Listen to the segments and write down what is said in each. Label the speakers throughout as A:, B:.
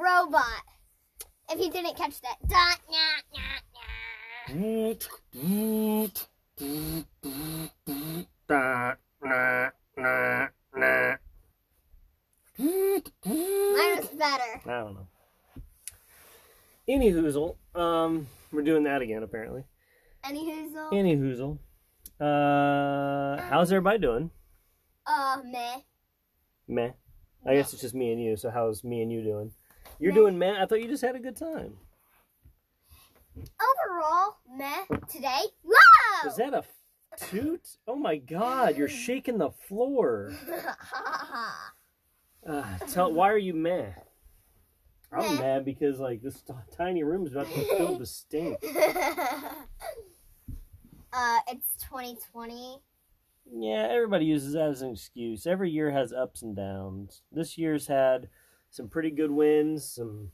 A: robot. If you didn't catch that. Da, nah, nah, nah.
B: Boot, boot, boot, boot, boot, da, na, na, na. Boot,
A: Mine
B: boot.
A: was better.
B: I don't know. Any hoozle. Um, we're doing that again apparently.
A: Any hoozle?
B: Any hoozle. Uh, how's everybody doing?
A: Uh, meh.
B: Meh. I guess it's just me and you. So how's me and you doing? You're
A: Meh.
B: doing meh. I thought you just had a good time.
A: Overall, meh. Today, whoa!
B: Is that a f- toot? Oh my God! You're shaking the floor. Uh, tell why are you mad? I'm
A: Meh.
B: mad because like this t- tiny room is about to be filled with stink.
A: uh, it's 2020.
B: Yeah, everybody uses that as an excuse. Every year has ups and downs. This year's had some pretty good wins, some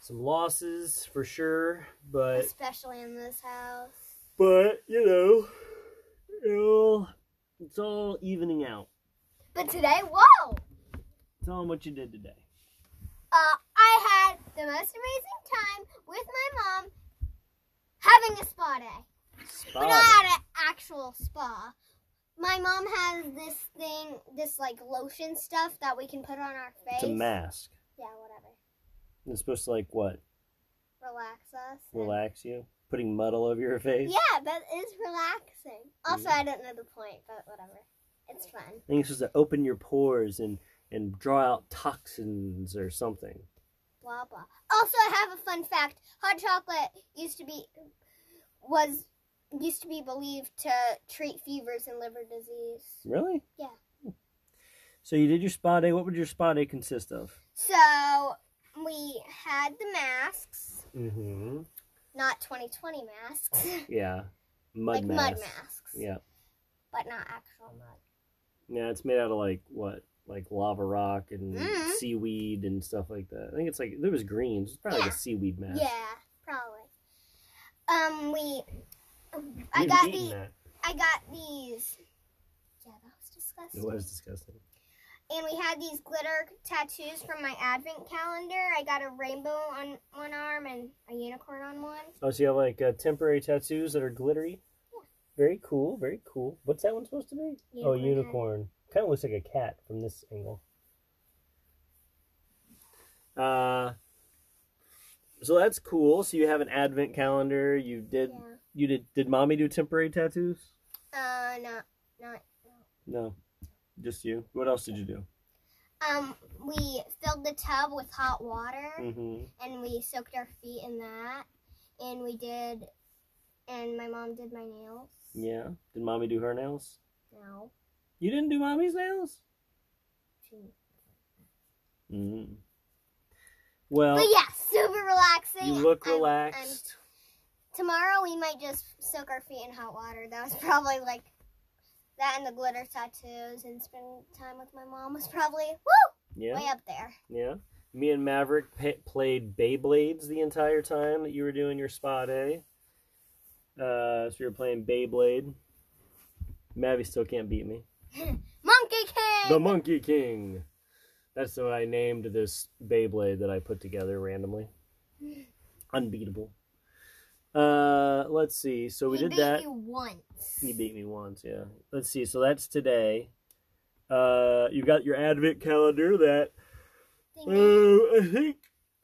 B: some losses for sure, but
A: Especially in this house.
B: but you know, it'll, it's all evening out.
A: But today, whoa!
B: It's all what you did today.
A: Uh, I had the most amazing time with my mom having a spa day. But not
B: Spotted.
A: at an actual spa. My mom has this thing, this like lotion stuff that we can put on our face.
B: It's a mask.
A: Yeah, whatever.
B: It's supposed to like what?
A: Relax us. and-
B: Relax you? Putting mud all over your face?
A: Yeah, but it's relaxing.
B: Mm.
A: Also, I don't know the point, but whatever. It's fun.
B: I think it's supposed to open your pores and and draw out toxins or something.
A: Blah blah. Also, I have a fun fact. Hot chocolate used to be was used to be believed to treat fevers and liver disease.
B: Really?
A: Yeah.
B: So you did your spa day. What would your spa day consist of?
A: So we had the masks,
B: Mm-hmm.
A: not 2020 masks,
B: Yeah. Mud
A: like
B: mask.
A: mud masks.
B: Yeah.
A: but not actual mud.
B: Yeah. It's made out of like what? Like lava rock and
A: Mhm.
B: seaweed and stuff like that. I think it's like there was greens. It's probably like
A: Yeah.
B: a seaweed mask.
A: Yeah, probably. Um, we. um, I
B: You've
A: got
B: eaten
A: the.
B: that.
A: I got these. Yeah, that was disgusting.
B: It was disgusting.
A: And we had these glitter tattoos from my advent calendar. I got a rainbow on one arm and a unicorn on one.
B: Oh, so you have like uh, temporary tattoos that are glittery.
A: Yeah.
B: Very cool. Very cool. What's that one supposed to be? Oh,
A: Unicorn head.
B: unicorn. Kind of looks like a cat from this angle. Uh, so that's cool. So you have an advent calendar. You did.
A: Yeah.
B: You did. Did mommy do temporary tattoos?
A: Uh, not, not.
B: No, just you. What else did you do?
A: Um, we filled the tub with hot water
B: Mm-hmm.
A: and we soaked our feet in that. And we did, and my mom did my nails.
B: Yeah. Did mommy do her nails?
A: No.
B: You didn't do mommy's nails.
A: She
B: Mm. Well,
A: But yeah, super relaxing.
B: you look
A: I'm- I'm-
B: relaxed.
A: tomorrow we might just soak our feet in hot water. That was probably like that and the glitter tattoos and spending time with my mom was probably woo
B: yeah.
A: way up there.
B: Yeah. Me and Maverick pa played Beyblades the entire time that you were doing your spa day. Uh, so you were playing Beyblade. Mavi still can't beat me.
A: Monkey King.
B: The Monkey King. That's what I named this Beyblade that I put together randomly. Unbeatable. Uh, let's see. So we
A: he
B: did
A: beat
B: that.
A: me once.
B: He beat me once, yeah. Let's see. So that's today. Uh, you got your Advent calendar that
A: Ding, ding.
B: uh, I think.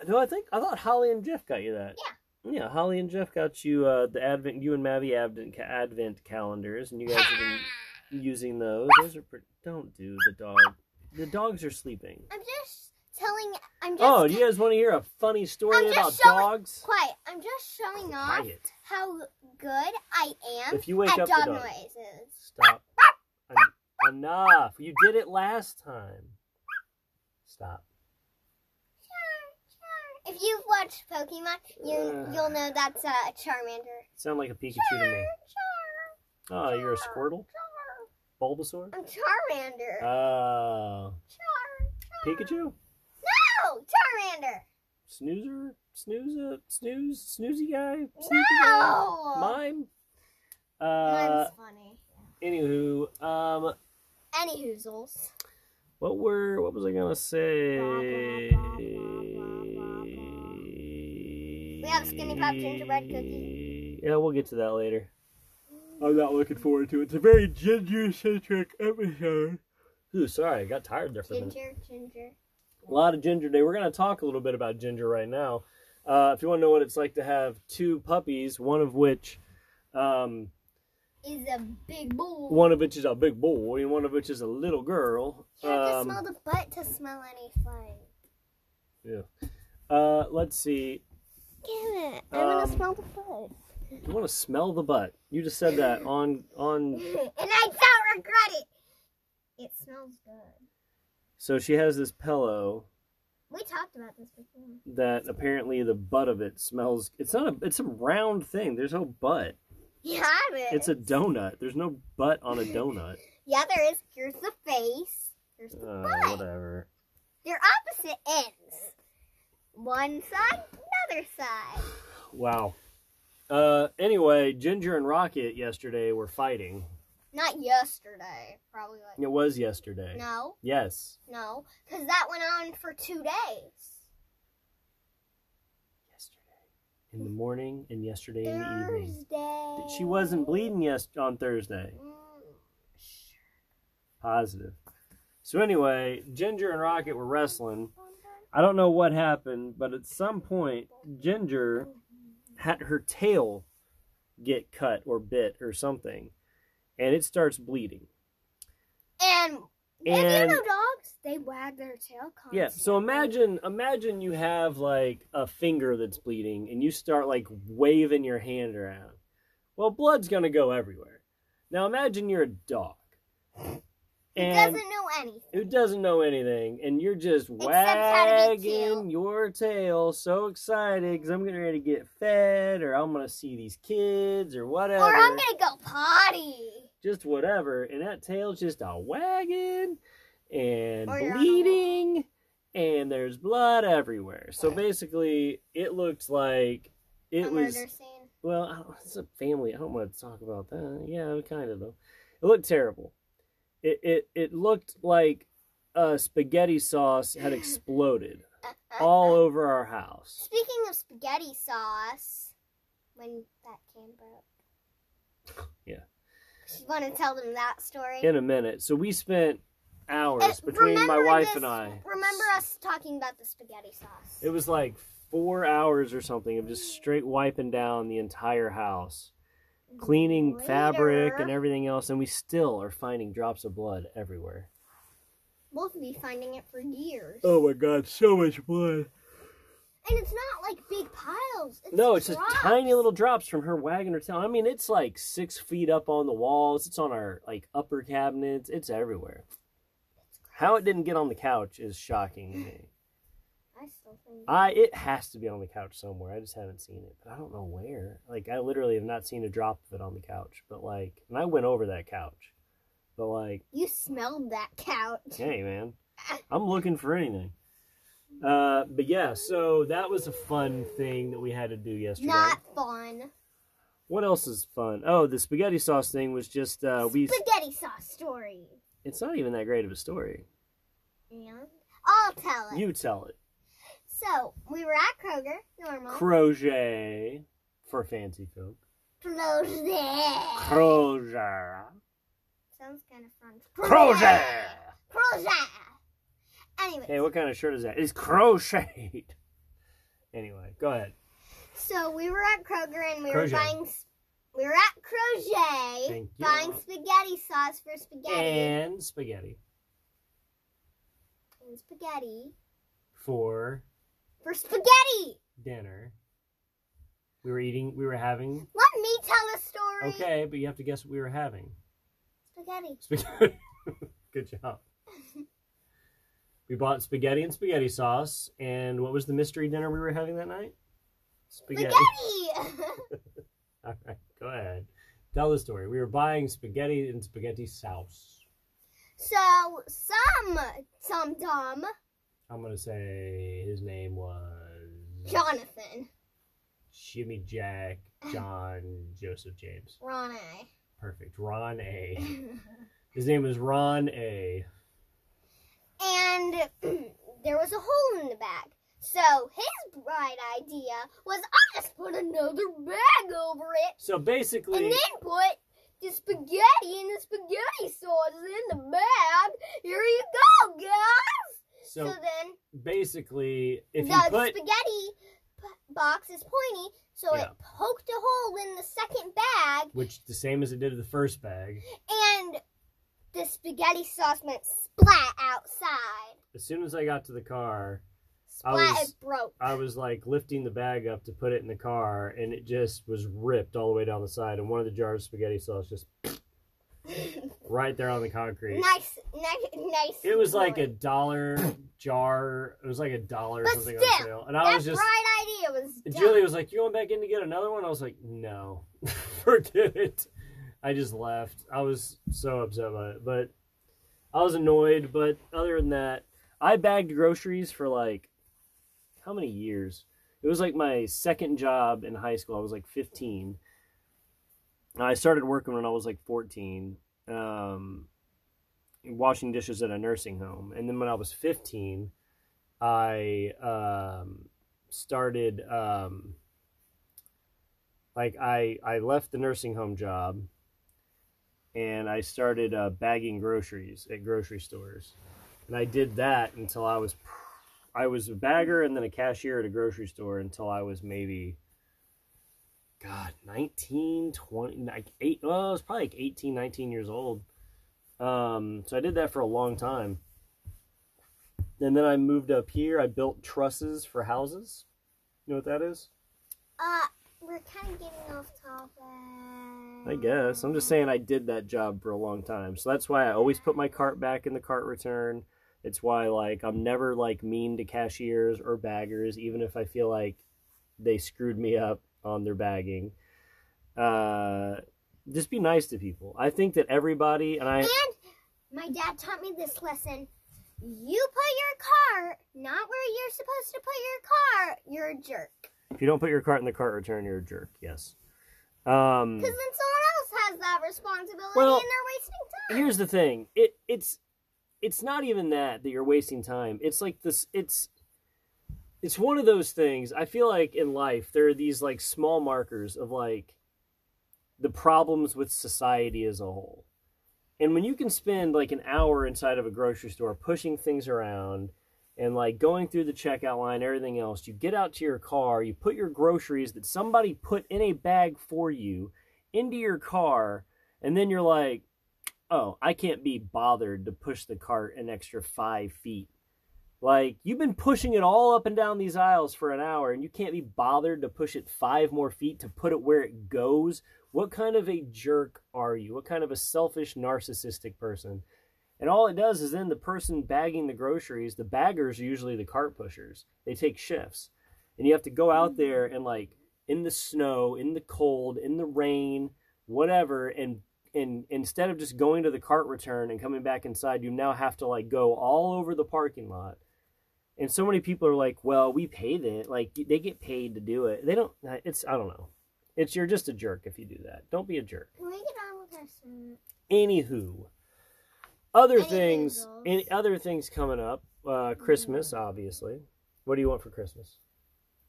B: No, I think I thought Holly and Jeff got you that. Yeah. Yeah, Holly and Jeff got you uh, the Advent. You and Mavi Advent ca- Advent calendars, and you guys have been using those. Those are pretty. Don't do the dog. The dogs are sleeping.
A: I'm just telling. I'm just
B: Oh, do you guys want to hear a funny story
A: I'm
B: about
A: just showing-
B: dogs?
A: quiet. I'm just showing off
B: Quiet.
A: how good I am
B: If you wake
A: at
B: up the
A: dog
B: dog.
A: noises.
B: Stop. En- Enough. You did it last time. Stop.
A: If you've watched Pokemon, you
B: Ugh.
A: you'll know that's a Charmander.
B: Sound like a Pikachu to me. Oh, you're a Squirtle, Bulbasaur.
A: I'm Charmander.
B: Uh, Oh,
A: Char, Char.
B: Pikachu.
A: No, Charmander.
B: snoozer, snooze, snooze, snoozy guy, snoopy guy,
A: No.
B: mime.
A: Mine's
B: Uh,
A: funny.
B: anywho, um,
A: Any hoozles.
B: what were, what was I gonna say?
A: Blah, blah, blah, blah, blah, blah, blah. have Skinny Pop gingerbread cookie.
B: Yeah, we'll get to that later.
C: I'm not looking forward to it. It's a very ginger centric episode.
B: Ooh, sorry, I got tired there for a minute.
A: Ginger, ginger.
B: A lot of ginger day. We're going to talk a little bit about ginger right now. Uh, if you want to know what it's like to have two puppies, one of which, um,
A: Is a big bull.
B: one of which is a big boy and one of which is a little girl.
A: You have to
B: um,
A: smell the butt to smell anything.
B: uh, let's see.
A: Damn it.
B: I wanna Um, smell
A: the butt.
B: You want to smell the butt? You just said that on on.
A: and I don't regret it. It smells good.
B: So she has this pillow
A: We talked about this before.
B: that apparently the butt of it smells. It's not a. It's a round thing. There's no butt.
A: Yeah, I mean.
B: It's a donut. There's no butt on a donut.
A: yeah, there is. Here's the face. Here's the
B: Uh,
A: butt.
B: whatever.
A: They're opposite ends. One side, another side.
B: Wow. Uh, anyway, Ginger and Rocket yesterday were fighting.
A: Not yesterday, probably like.
B: It was yesterday.
A: No,
B: Yes.
A: no, because that went on for two days.
B: Yesterday. In the morning and yesterday in the evening.
A: Thursday.
B: She wasn't bleeding yes on Thursday.
A: Mm, sure.
B: Positive. So anyway, Ginger and Rocket were wrestling. I don't know what happened, but at some point, Ginger had her tail get cut or bit or something, and it starts bleeding.
A: And, if you
B: And-
A: know dogs, they wag their tail constantly.
B: Yeah. So imagine, imagine you have like a finger that's bleeding, and you start like waving your hand around. Well, blood's gonna go everywhere. Now imagine you're a dog,
A: It
B: and
A: doesn't know anything.
B: who doesn't know anything, and you're just
A: how to be
B: wagging
A: cute.
B: your tail, so excited because I'm getting ready to get fed, or I'm gonna see these kids, or whatever,
A: Or I'm gonna go potty.
B: just whatever, and that tail's just a wagging and
A: Or you're on a
B: bleeding, and there's blood everywhere. So basically, it looked like it
A: a
B: was
A: murder scene.
B: well, I don't, it's a family. I don't want to talk about that. Yeah, kind of though. It looked terrible. It it it looked like uh, spaghetti sauce had exploded
A: Uh, uh,
B: all
A: uh.
B: over our house.
A: Speaking of spaghetti sauce, when that can broke.
B: Yeah.
A: You want to tell them that story?
B: In a minute, so we spent hours
A: Uh,
B: between my
A: remember
B: wife
A: this-
B: and I.
A: Remember us talking about the spaghetti sauce?
B: It was like four hours or something of just straight wiping down the entire house, cleaning fabric and
A: Later,
B: everything else, and we still are finding drops of blood everywhere.
A: We'll be finding it for years.
C: Oh my god, so much blood.
A: And it's not like big piles. It's
B: No, it's just
A: drops.
B: tiny little drops from her wagging her tail. I mean, it's like six feet up on the walls. It's on our like upper cabinets. It's everywhere. How it didn't get on the couch is shocking to me.
A: I still think.
B: I it has to be on the couch somewhere. I just haven't seen it, but I don't know where. Like I literally have not seen a drop of it on the couch. But like, and I went over that couch, but like,
A: You smelled that couch.
B: hey man, I'm looking for anything. Uh, but yeah, so that was a fun thing that we had to do yesterday.
A: Not fun.
B: What else is fun? Oh, the spaghetti sauce thing was just uh we
A: spaghetti sauce story.
B: it's not even that great of a story.
A: And I'll tell it.
B: You tell it.
A: So we were at Kroger, normal.
B: Crochet for fancy folk.
A: Crozier.
B: Crochet.
A: Sounds kind of French.
B: Crochet.
A: Crozier. Anyway,
B: Hey, what kind of shirt is that? It's crocheted. Anyway, go ahead.
A: so we were at Kroger and we
B: Crozier.
A: were buying. s- We were at Crozier
B: Thank you.
A: buying spaghetti sauce for spaghetti
B: And spaghetti
A: and spaghetti
B: for
A: for spaghetti.
B: dinner. We were eating. We were having.
A: Let me tell the story.
B: Okay, but you have to guess what we were having.
A: Spaghetti.
B: Spaghetti. Good job. We bought spaghetti and spaghetti sauce. And what was the mystery dinner we were having that night? Spaghetti.
A: Spaghetti.
B: All right, go ahead. Tell the story. We were buying spaghetti and spaghetti sauce.
A: so some some dumb
B: I'm gonna say his name was
A: Jonathan
B: Jimmy Jack John Joseph James.
A: Ronnie.
B: Perfect. Ron A. His name was Ron A.
A: and there was a hole in the bag. So his bright idea was I'll just put another bag over it
B: So basically,
A: and then put the spaghetti and the spaghetti sauce in the bag. Here you go, guys. So,
B: so
A: then
B: basically, if
A: the
B: you put
A: spaghetti p- box is pointy, so it
B: Yeah.
A: poked a hole in the second bag,
B: which the same as it did the first bag,
A: and the spaghetti sauce went splat outside.
B: as soon as I got to the car, I
A: Splat
B: was-
A: it broke.
B: I was like lifting the bag up to put it in the car, and it just was ripped all the way down the side, and one of the jars of spaghetti sauce just right there on the concrete.
A: nice, nice, nice.
B: It was like a
A: story.
B: dollar jar. It was like a dollar or
A: But
B: something on
A: still,
B: sale, and I
A: that
B: was just.
A: bright idea was dumb.
B: Julie was like, "You going back in to get another one?" I was like, "No, forget it." I just left. I was so upset about it, but I was annoyed. But other than that, I bagged groceries for like how many years? It was like my second job in high school. I was like 15. I started working when I was like 14, um, washing dishes at a nursing home, and then when I was 15, I um, started um like i i left the nursing home job and i started uh, bagging groceries at grocery stores and i did that until i was i was a bagger and then a cashier at a grocery store until i was maybe god 19 20 like eight well i was probably like 18 19 years old um so i did that for a long time and then i moved up here i built trusses for houses you know what that is
A: Uh, we're kind of getting off topic.
B: I guess. I'm just saying I did that job for a long time. So that's why I always put my cart back in the cart return. It's why like I'm never like mean to cashiers or baggers even if I feel like they screwed me up on their bagging. Uh just be nice to people. I think that everybody and I
A: And my dad taught me this lesson. You put your cart not where you're supposed to put your cart. You're a jerk.
B: if you don't put your cart in the cart return you're a jerk. Yes. Um
A: Because then someone else has that responsibility
B: Well,
A: and they're wasting time.
B: here's the thing it it's it's not even that that you're wasting time it's like this it's it's one of those things i feel like in life there are these like small markers of like the problems with society as a whole and when you can spend like an hour inside of a grocery store pushing things around and like going through the checkout line everything else you get out to your car you put your groceries that somebody put in a bag for you into your car and then you're like oh, I can't be bothered to push the cart an extra five feet. Like, you've been pushing it all up and down these aisles for an hour, and you can't be bothered to push it five more feet to put it where it goes. What kind of a jerk are you? What kind of a selfish, narcissistic person? And all it does is then the person bagging the groceries, the baggers are usually the cart pushers. They take shifts. And you have to go out there and, like, in the snow, in the cold, in the rain, whatever, and and instead of just going to the cart return and coming back inside, you now have to like go all over the parking lot. And so many people are like, "Well, we pay it. Like they get paid to do it. They don't. uh, It's I don't know. It's you're just a jerk if you do that. Don't be a jerk."
A: Can we get on with our sermon?
B: Anywho, other
A: Any
B: things,
A: noodles?
B: any other things coming up. Uh, Christmas, obviously. What do you want for Christmas?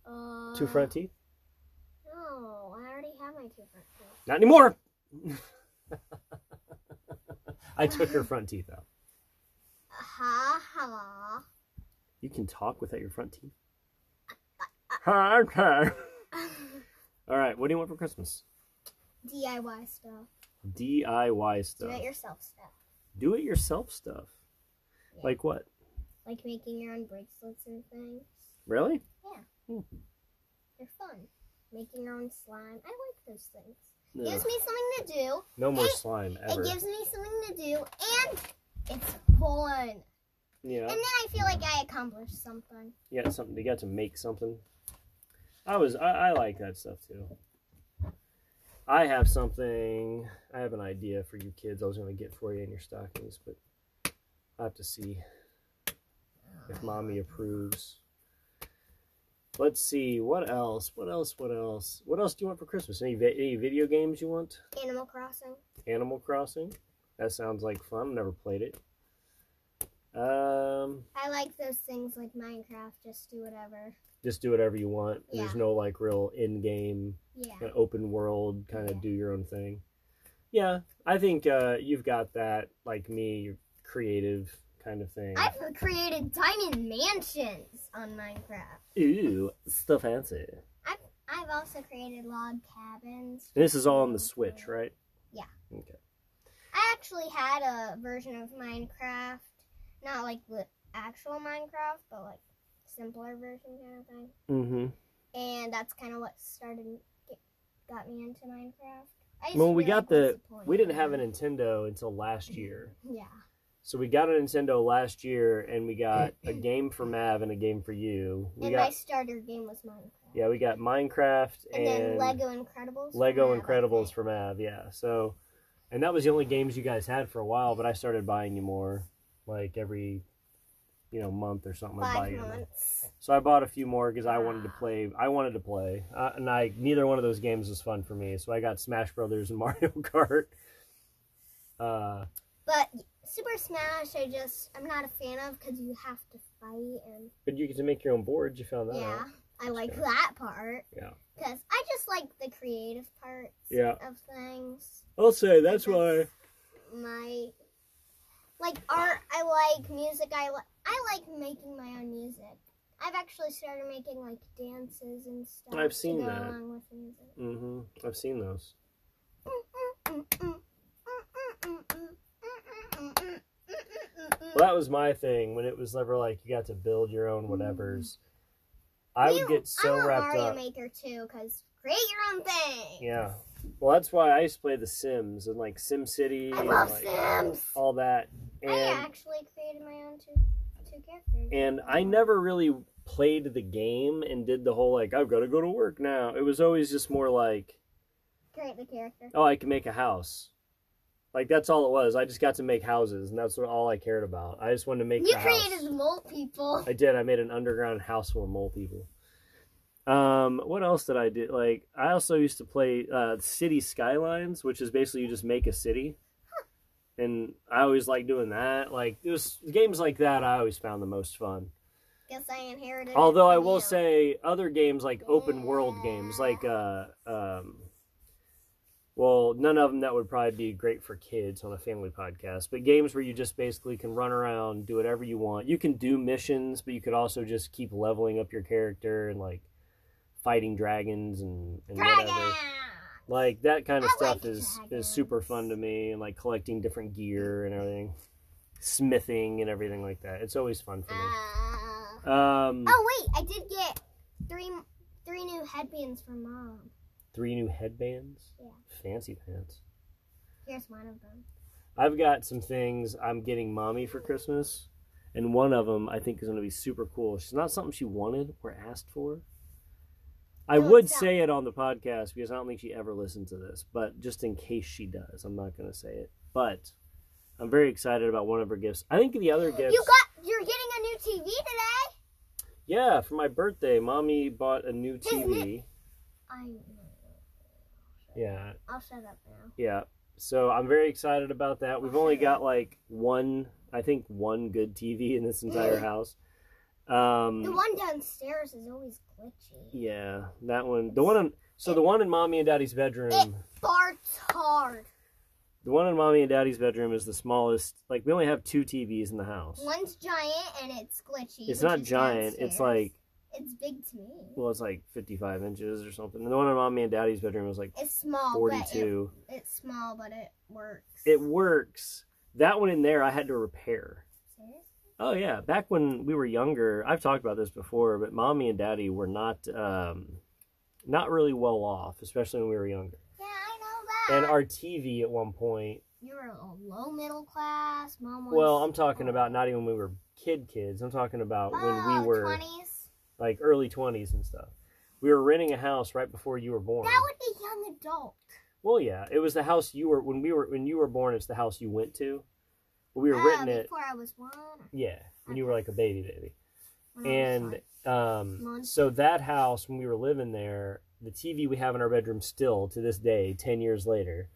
A: Uh,
B: Two front teeth?
A: No, I already have my two front teeth.
B: Not anymore. I took her front teeth out.
A: Ha ha.
B: You can talk without your front teeth. okay. All right. What do you want for Christmas?
A: DIY stuff.
B: DIY
A: Do
B: stuff.
A: it yourself stuff.
B: Do it yourself stuff.
A: Yeah.
B: Like what?
A: Like making your own bracelets and things.
B: Really?
A: They're fun. Making your own slime. I like those things. Gives
B: Ugh,
A: me something to do.
B: no more
A: it-
B: slime ever.
A: It gives me something to do, and it's fun.
B: yeah.
A: And then I feel like I accomplished something.
B: You got something. You got to make something. I was. I, I like that stuff too. I have something. I have an idea for you kids. I was gonna get for you in your stockings, but I have to see if mommy approves. Let's see. What else? What else? What else? What else do you want for Christmas? Any vi- any video games you want?
A: Animal Crossing.
B: Animal Crossing. That sounds like fun. Never played it. Um,
A: I like those things like Minecraft. Just do whatever.
B: just do whatever you want.
A: Yeah.
B: There's no like real in game,
A: Yeah.
B: kind of open world, kind of
A: Yeah.
B: do your own thing. Yeah, I think uh, you've got that, like me, you're creative kind of thing.
A: I've created diamond mansions on Minecraft.
B: Ooh, so fancy.
A: I've also created log cabins.
B: This is all on the Switch, right?
A: Yeah.
B: Okay.
A: I actually had a version of Minecraft, not like the actual Minecraft, but like simpler version kind of thing.
B: Mm-hmm.
A: And that's kind of what started get, got me into Minecraft. I used
B: Well,
A: to
B: we
A: be
B: got
A: like, what's
B: the-
A: point?
B: We didn't have a Nintendo until last year.
A: Yeah.
B: So we got a Nintendo last year and we got a game for Mav and a game for you. We
A: and
B: got
A: my starter game was Minecraft.
B: yeah, we got Minecraft
A: And, then
B: and,
A: Lego Incredibles.
B: Lego
A: Yeah, I
B: Incredibles
A: like
B: for Mav, yeah. So and that was the only games you guys had for a while, but I started buying you more like every you know month or something
A: that.
B: I'd buy
A: Five
B: you.
A: months.
B: So I bought a few more because I wanted to play. I wanted to play, uh, and I neither one of those games was fun for me. So I got Smash Brothers and Mario Kart. Uh,
A: But Super Smash, I just I'm not a fan of because you have to fight and
B: but you get to make your own boards. You found that
A: yeah,
B: out.
A: I like
B: fair.
A: that part.
B: Yeah.
A: Because I just like the creative parts.
B: Yeah.
A: Of things,
B: I'll say that's
A: why- my like art, I like music. I li- I like making my own music. I've actually started making like dances and stuff.
B: I've seen
A: to go
B: that.
A: along with the music.
B: hmm I've seen those. Well, that was my thing when it was never like you got to build your own whatever's. I would
A: You-
B: get so
A: I'm a
B: wrapped
A: Mario
B: up.
A: Maker too, cause create your own thing.
B: Yeah. Well, that's why I used to play The Sims and like Sim City
A: I
B: and
A: love
B: like
A: Sims.
B: all that. And
A: I actually created my own two two characters.
B: and I never really played the game and did the whole like I've got to go to work now. It was always just more like
A: create the character.
B: oh I can make a house, like that's all it was. I just got to make houses and that's what all I cared about. I just wanted to make
A: you
B: the
A: created
B: house.
A: mole people.
B: I did. I made an underground house for mole people. Um, what else did I do? Like I also used to play uh, City Skylines, which is basically you just make a city. And I always liked doing that. Like it was games like that I always found the most fun.
A: Guess I inherited. it
B: Although I
A: from
B: will
A: you.
B: say other games like open world games like uh um well none of them that would probably be great for kids on a family podcast but games where you just basically can run around do whatever you want you can do missions but you could also just keep leveling up your character and like fighting dragons and, and
A: dragon.
B: whatever like that kind of
A: I
B: stuff
A: like
B: is
A: dragons.
B: is super fun to me and like collecting different gear and everything smithing and everything like that it's always fun for me
A: Uh,
B: um
A: oh wait, I did get three three new headbands from mom.
B: Three new headbands.
A: Yeah.
B: Fancy pants.
A: Here's one of them.
B: I've got some things I'm getting mommy for Christmas, and one of them I think is going to be super cool. She's not something she wanted or asked for. I
A: No,
B: would
A: it's not.
B: say it on the podcast because I don't think she ever listens to this, but just in case she does, I'm not going to say it. But I'm very excited about one of her gifts. I think the other gifts.
A: You got you're getting a new TV today.
B: yeah, for my birthday, mommy bought a new
A: Isn't
B: TV.
A: I know.
B: Yeah,
A: I'll shut up now.
B: Yeah. So I'm very excited about that. We've only got like one, I think one good TV in this entire house.
A: The
B: Um
A: one downstairs is always glitchy.
B: yeah, that one. The one on so the one in mommy and daddy's
A: Eh.
B: bedroom.
A: Farts hard.
B: The one in mommy and daddy's bedroom is the smallest. Like we only have two TVs in the house.
A: One's giant and it's glitchy. which
B: It's not
A: is
B: giant. It's
A: downstairs.
B: like
A: it's big to me.
B: well, it's like 55 inches or something. And the one in mommy and daddy's bedroom is like
A: It's small, but it,
B: 42.
A: it's small, but it works.
B: It works. That one in there I had to repair.
A: Seriously?
B: Oh yeah, back when we were younger, I've talked about this before, but mommy and daddy were not um, not really well off, especially when we were younger.
A: Yeah, I know that.
B: And our TV at one point,
A: you were a low middle class. Mom was.
B: well, I'm talking about not even when we were kid kids. I'm talking about when we
A: Oh,
B: were
A: 20s.
B: like early 20s and stuff. We were renting a house right before you were born.
A: That would be young adult.
B: Well, yeah, it was the house you were when we were when you were born. It's the house you went to. We were
A: Oh,
B: renting it,
A: before I was one.
B: yeah, when you were like a baby baby.
D: Oh,
A: when I was
B: and
A: one.
B: um,
A: Mon-
B: so that house when we were living there the tv we have in our bedroom still to this day 10 years later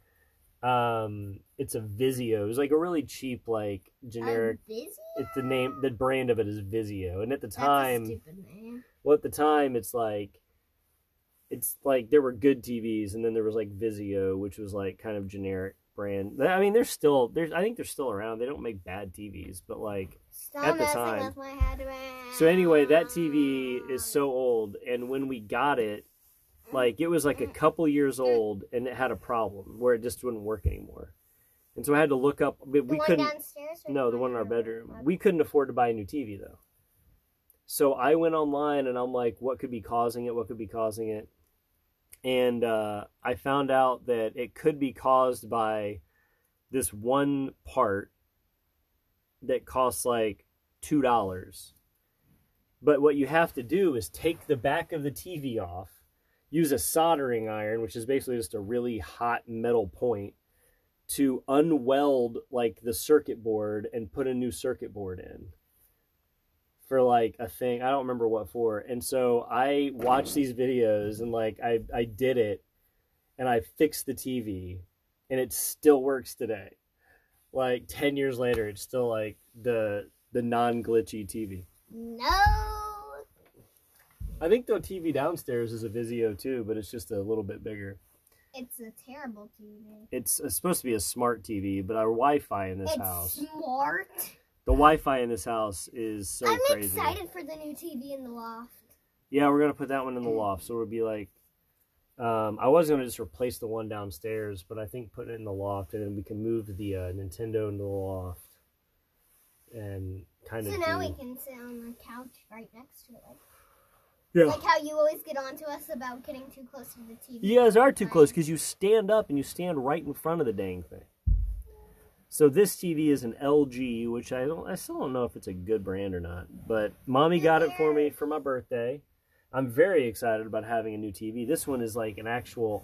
B: Um, it's a Vizio. It's like a really cheap, like generic.
D: I'm busy?
B: It's the name, the brand of it is Vizio, and at the
D: That's
B: time,
D: a stupid name.
B: well, at the time, it's like, it's like there were good TVs, and then there was like Vizio, which was like kind of generic brand. I mean, they're still there's. I think they're still around. They don't make bad TVs, but like
D: Stop
B: at the
D: messing
B: time.
D: with my head around.
B: So anyway, that TV is so old, and when we got it, like it was like a couple years old, and it had a problem where it just wouldn't work anymore. And so I had to look up. But
A: The
B: we
A: one
B: couldn't.
A: downstairs? or
B: No, the one in our
A: one
B: bedroom. We couldn't afford to buy a new TV though. So I went online and I'm like, what could be causing it? What could be causing it? And uh, I found out that it could be caused by this one part that costs like two dollars. But what you have to do is take the back of the TV off, use a soldering iron, which is basically just a really hot metal point, to unweld like the circuit board and put a new circuit board in for like a thing i don't remember what for and so i watched these videos and like i i did it and i fixed the tv and it still works today like 10 years later it's still like the the non-glitchy tv
A: No.
B: i think the tv downstairs is a vizio too but it's just a little bit bigger
D: It's a terrible TV.
B: it's, it's supposed to be a smart tv but our wi-fi in this house
D: It's smart.
B: The Wi-Fi in this house is so
A: I'm
B: crazy.
A: excited for the new TV in the loft.
B: Yeah, we're gonna put that one in the loft, so it'll be like. Um, I was gonna just replace the one downstairs, but I think putting it in the loft, and then we can move the uh, Nintendo into the loft, and kind
A: So
B: of.
A: now
B: do-
A: we can sit on the couch right next to it. Like,
B: Yeah.
A: like how you always get on to us about getting too close to the TV.
B: You guys are too close because you stand up and you stand right in front of the dang thing. So this TV is an LG, which I don't, I still don't know if it's a good brand or not. But mommy got it for me for my birthday. I'm very excited about having a new TV. This one is like an actual,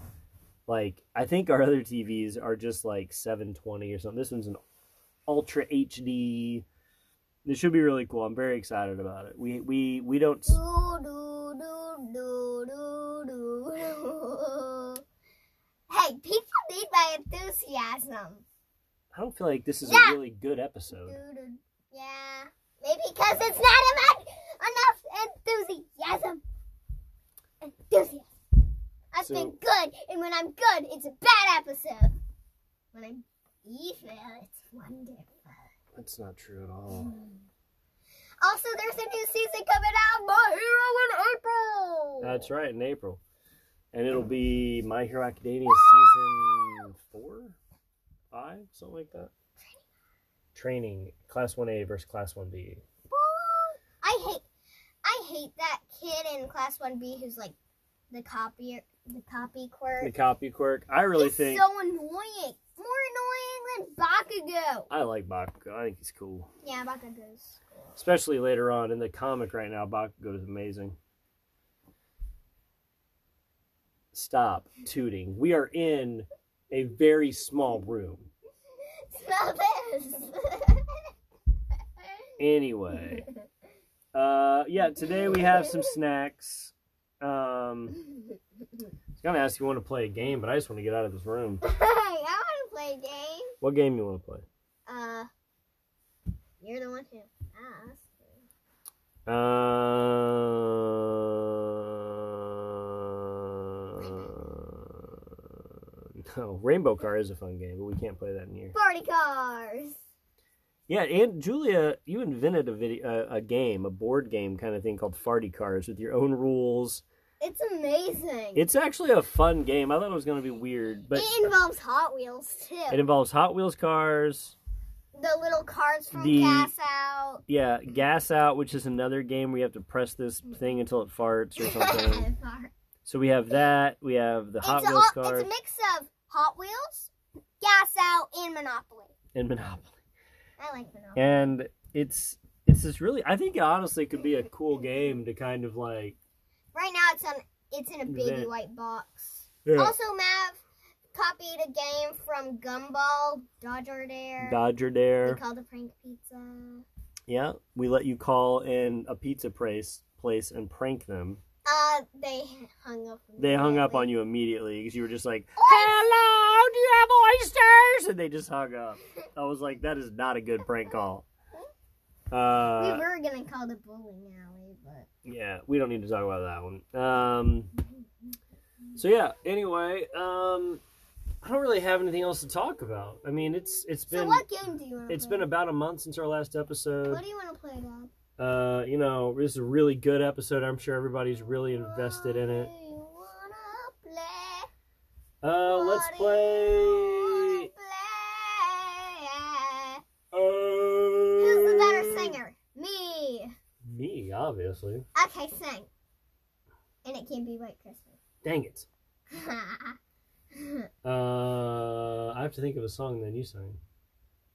B: like I think our other TVs are just like 720 or something. This one's an Ultra HD. It should be really cool. I'm very excited about it. We we we don't
A: Do, do, do, do, do, do. hey, people need my enthusiasm.
B: I don't feel like this is a really good episode.
A: Do, do. Yeah. Maybe because it's not enough, enough enthusiasm. Enthusiasm. I've
B: So-
A: been good, and when I'm good, it's a bad episode. When I'm evil, it's wonderful.
B: That's not true at all.
A: Also, there's a new season coming out, My Hero in April.
B: That's right, in April. And it'll be My Hero Academia season four, five, something like that. Training class one A versus class one B.
A: I hate, I hate that kid in class one B who's like the copier, the copy
B: The
A: quirk.
B: copy quirk. I really
A: He's
B: think
A: so annoying, more annoying than Bakugo.
B: I like Bakugo. I think he's cool,
A: Yeah, Bakugo's.
B: especially later on in the comic. Right now, Bakugo is amazing. Stop tooting. We are in a very small room.
A: Smell this.
B: Anyway, uh, yeah, today we have some snacks. Um, I was gonna ask if you want to play a game, but I just want to get out of this room.
A: I want to play a game.
B: What game you want to play?
A: Uh, you're the one who asked.
B: Uh, no, Rainbow Car is a fun game, but we can't play that in here.
A: Party cars.
B: Yeah, and Julia, you invented a video, a, a game, a board game kind of thing called Farty Cars with your own rules.
A: It's amazing.
B: It's actually a fun game. I thought it was gonna be weird, but
A: it involves Hot Wheels too.
B: It involves Hot Wheels cars.
A: the little cars from
B: The-
A: Gas Out.
B: Yeah, Gas Out, which is another game where you have to press this thing until it farts or something. so we have that. We have the Hot
A: it's,
B: Wheels
A: a,
B: cars
A: it's a mix of Hot Wheels, Gas Out, and Monopoly.
B: and Monopoly.
A: I like Monopoly.
B: And it's it's this really. I think it honestly could be a cool game to kind of like.
A: Right now, it's on. It's in a baby
B: Then-
A: white box.
B: Yeah.
A: Also, Mav copied a game from Gumball Dodger Dare.
B: Dodger
A: We
B: Dare.
A: called it prank pizza.
B: Yeah, we let you call in a pizza place place and prank them.
A: Uh, they hung up. Oh,
B: They hung up on you immediately because you were just like,
A: Hello.
B: do you have oysters? And they just hung up. I was like, that is not a good prank call.
A: we
B: Uh,
A: were gonna call the bowling alley, but
B: yeah, we don't need to talk about that one. Um, so yeah. Anyway, um, I don't really have anything else to talk about. I mean, it's it's
A: so
B: been
A: what game do you want?
B: it's been about a month since our last episode.
A: What do you want to play, Dad?
B: Uh, you know, this is a really good episode. I'm sure everybody's really invested in it.
A: Do you wanna play?
B: Uh, let's
A: Play.
B: play.
A: Who's the
B: Who's
A: better singer? Me.
B: Me, obviously.
A: Okay, sing. And it can be White Christmas.
B: Dang it. Uh, I have to think of a song that you sang.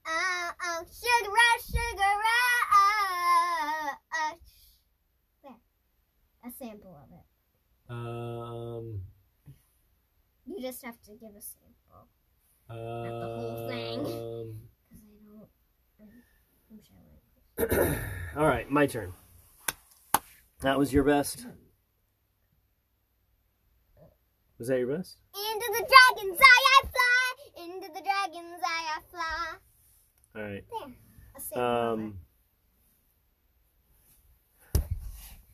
A: Oh, oh, sugar rush, sugar rush. There. A sample of it.
B: Um,
A: You just have to give a sample. whole
B: um,
A: Because I don't. I'm showing.
B: all right, my turn. That was your best. Was that your best?
A: Into the dragon's eye I fly! Into the dragon's eye I fly!
B: All right.
A: A sample of it.
B: Um,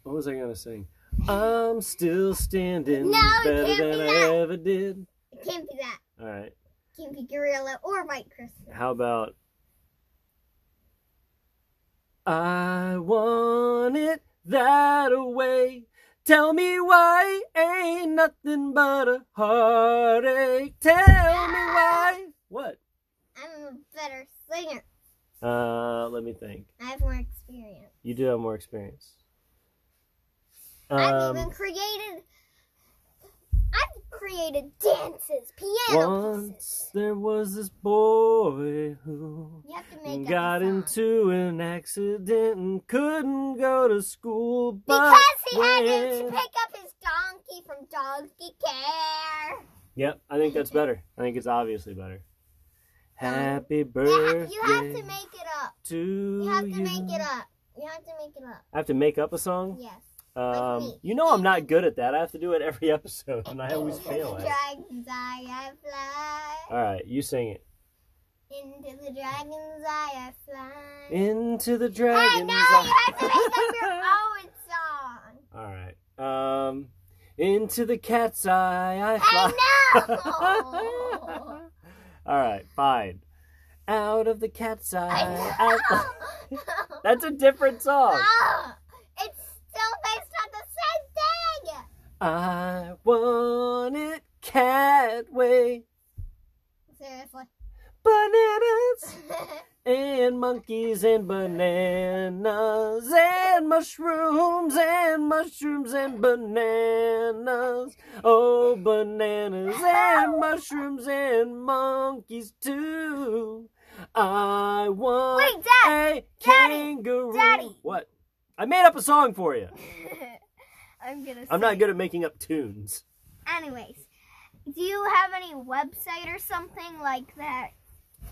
B: what was I gonna sing? I'm still standing
A: No, it
B: better
A: can't
B: than
A: be
B: I
A: that.
B: ever did.
A: It can't be that.
B: All right.
A: It can't be Gorilla or White Christmas.
B: How about I want it that way. Tell me why ain't nothing but a heartache. Tell me why. What?
A: I'm a better singer.
B: Uh, let me think.
A: I have more experience.
B: You do have more experience.
A: I've
B: Um,
A: even created. I've created dances, piano pieces.
B: once there was this boy who
A: You have to make up
B: got
A: a song.
B: into an accident and couldn't go to school. But
A: because he had to
B: when-
A: pick up his donkey from Donkey Care.
B: Yep, I think that's better. I think it's obviously better. Happy
A: You,
B: birthday
A: ha- you have to make it up.
B: to
A: You have to make
B: you.
A: it up. You have to make it up.
B: I have to make up a song.
A: Yes.
B: Um,
A: me.
B: you know I'm not good at that. I have to do it every episode, and I always
A: Into
B: fail
A: the
B: at it.
A: dragon's eye, I fly.
B: All right, you sing it.
A: Into the dragon's eye, I fly.
B: Into the
A: I
B: dragon's
A: know you have to make up your
B: eye.
A: own song.
B: All right. Um, into the cat's eye I fly.
A: I know.
B: All right, fine. Out of the cat's eye.
A: I
B: I fly.
A: know.
B: That's a different song.
A: Ah, it's still based on the same thing.
B: I want it cat way.
A: Seriously.
B: Bananas and monkeys and bananas and mushrooms and mushrooms and bananas. Oh, bananas and mushrooms and monkeys too. I want
A: Wait, Dad.
B: a kangaroo.
A: Daddy.
B: What? I made up a song for you.
A: I'm gonna.
B: I'm not good at making up tunes.
A: Anyways, do you have any website or something like that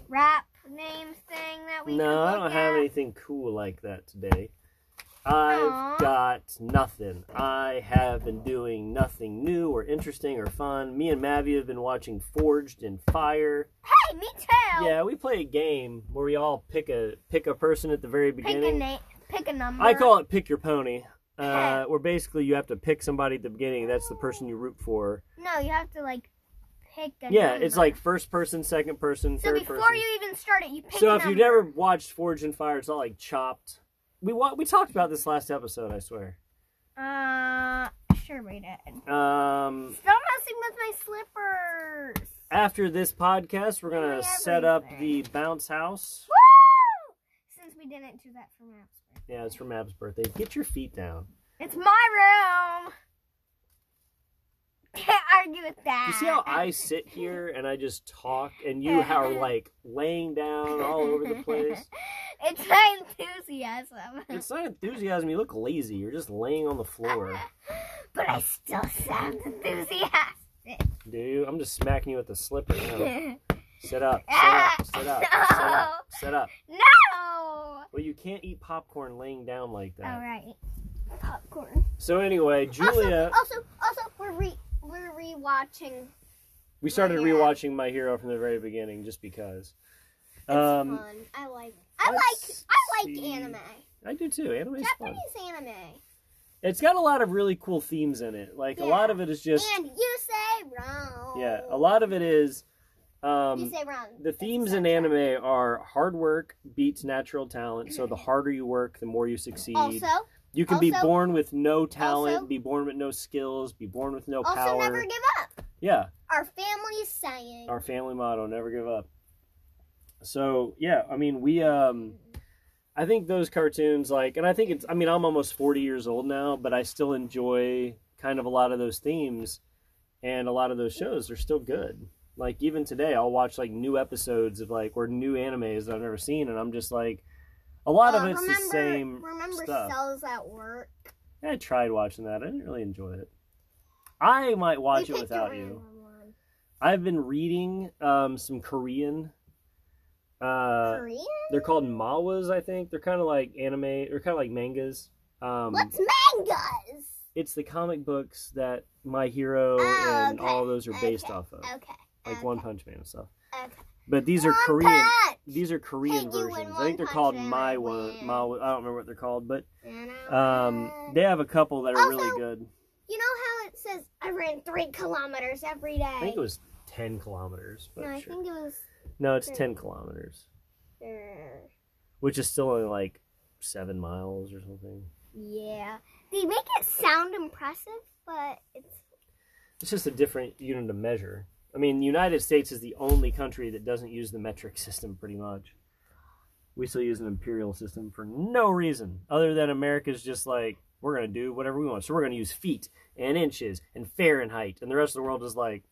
A: rap name thing that we?
B: No, I don't have anything cool like that today. I've
A: Aw.
B: got nothing. I have been doing nothing new or interesting or fun. Me and Mavi have been watching Forged and Fire.
A: Hey, me too.
B: Yeah, we play a game where we all pick a pick a person at the very
A: Pick a
B: beginning.
A: name. Pick a number.
B: I call it pick your pony. Uh, where basically you have to pick somebody at the beginning. That's the person you root for.
A: No, you have to like pick a.
B: Yeah,
A: number.
B: it's like first person, second person,
A: So
B: third
A: before
B: person.
A: you even start it, you pick.
B: So
A: a
B: if you've
A: number.
B: never watched Forge and Fire, it's all like chopped. We wa- we talked about this last episode, I swear.
A: Uh, sure we did.
B: Um,
A: Stop messing with my slippers.
B: after this podcast, we're gonna
A: Really
B: set up the
A: everything.
B: bounce house.
A: Woo! Since we didn't do that for Maps.
B: Yeah, it's for Mab's birthday. Get your feet down.
A: It's my room. Can't argue with that.
B: You see how I sit here and I just talk, and you are like laying down all over the place.
A: It's my enthusiasm.
B: It's not enthusiasm. You look lazy. You're just laying on the floor.
A: But I still sound enthusiastic.
B: Do you? I'm just smacking you with the slipper. No.
A: no!
B: Sit up. Sit up. Sit up. Sit up. Sit up.
A: All
B: Well, you can't eat popcorn laying down like that.
A: right. Popcorn.
B: So anyway, Julia.
A: oh,
E: Also, also, also, we're re we're rewatching
B: We started
A: Yeah.
B: rewatching My Hero from the very beginning just because.
A: It's
B: Um,
A: fun. I like. I
B: let's
A: like. I like
B: see.
A: anime.
B: I do too. Anime's fun.
A: Japanese anime.
B: It's got a lot of really cool themes in it. Like a
A: Yeah.
B: lot of it is just
A: and you say wrong.
B: yeah. A lot of it is
A: you
B: um,
A: say wrong.
B: the
A: That's
B: themes
A: a
B: in
A: soundtrack.
B: anime are hard work beats natural talent. So the harder you work, the more you succeed.
A: Also,
B: you can be
A: also-
B: born with no talent,
A: also-
B: be born with no skills, be born with no
A: also
B: power.
A: never give up.
B: yeah.
A: Our family's saying.
B: our family motto never give up so yeah i mean we um i think those cartoons like and i think it's i mean i'm almost 40 years old now but i still enjoy kind of a lot of those themes and a lot of those shows are still good like even today i'll watch like new episodes of like or new animes that i've never seen and i'm just like a lot of
A: Uh,
B: it's
A: remember,
B: the same
A: Remember
B: stuff.
A: cells at work.
B: i tried watching that i didn't really enjoy it i might watch
A: We
B: it
A: picked a
B: without you
A: random one.
B: I've been reading um, some Korean. Uh,
A: Korean?
B: they're called mawas, I think. They're kind of like anime, or kind of like mangas. Um,
A: What's mangas?
B: it's the comic books that My Hero
A: Oh,
B: and
A: okay,
B: all of those are based
A: okay,
B: off of,
A: Okay.
B: uh, like
A: okay.
B: One Punch Man and stuff.
A: Okay.
B: But these are
A: One
B: Korean.
A: Punch!
B: These are Korean
A: Hate you when
B: versions. I
A: One
B: think they're
A: Punch
B: called
A: Man
B: My
A: wins.
B: Mawa. I don't remember what they're called, but
A: And I
B: um,
A: ran-
B: they have a couple that are really
A: Also,
B: good.
A: you know how it says I ran three kilometers every day?
B: I think it was ten kilometers. But
A: no, I
B: sure.
A: think it was.
B: no, it's
A: three.
B: ten kilometers.
A: er,
B: which is still only like seven miles or something.
A: yeah. They make it sound impressive, but it's.
B: It's just a different unit of measure. I mean, the United States is the only country that doesn't use the metric system pretty much. We still use an imperial system for no reason other than America's just like, we're going to do whatever we want. So we're going to use feet and inches and Fahrenheit. And the rest of the world is like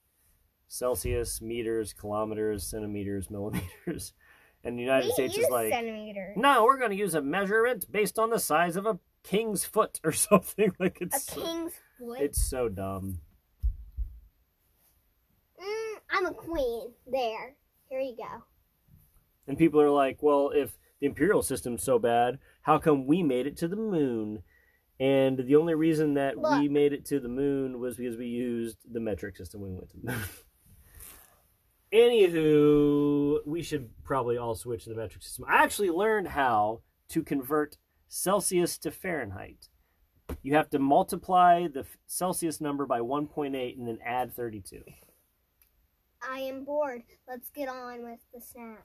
B: Celsius, meters, kilometers, centimeters, millimeters. And the United
A: we
B: States
A: use
B: is like,
A: centimeters.
B: no, we're going to use a measurement based on the size of a king's foot or something. Like
A: A
B: it's so,
A: king's foot.
B: it's so dumb.
A: Mm, I'm a queen. There. Here you go.
B: And people are like, well, if the imperial system's so bad, how come we made it to the moon? And the only reason that we
A: Look.
B: made it to the moon was because we used the metric system when we went to the moon. Anywho, we should probably all switch to the metric system. I actually learned how to convert Celsius to Fahrenheit. You have to multiply the f- Celsius number by 1.8 and then add 32.
A: I am bored. Let's get on with the snack.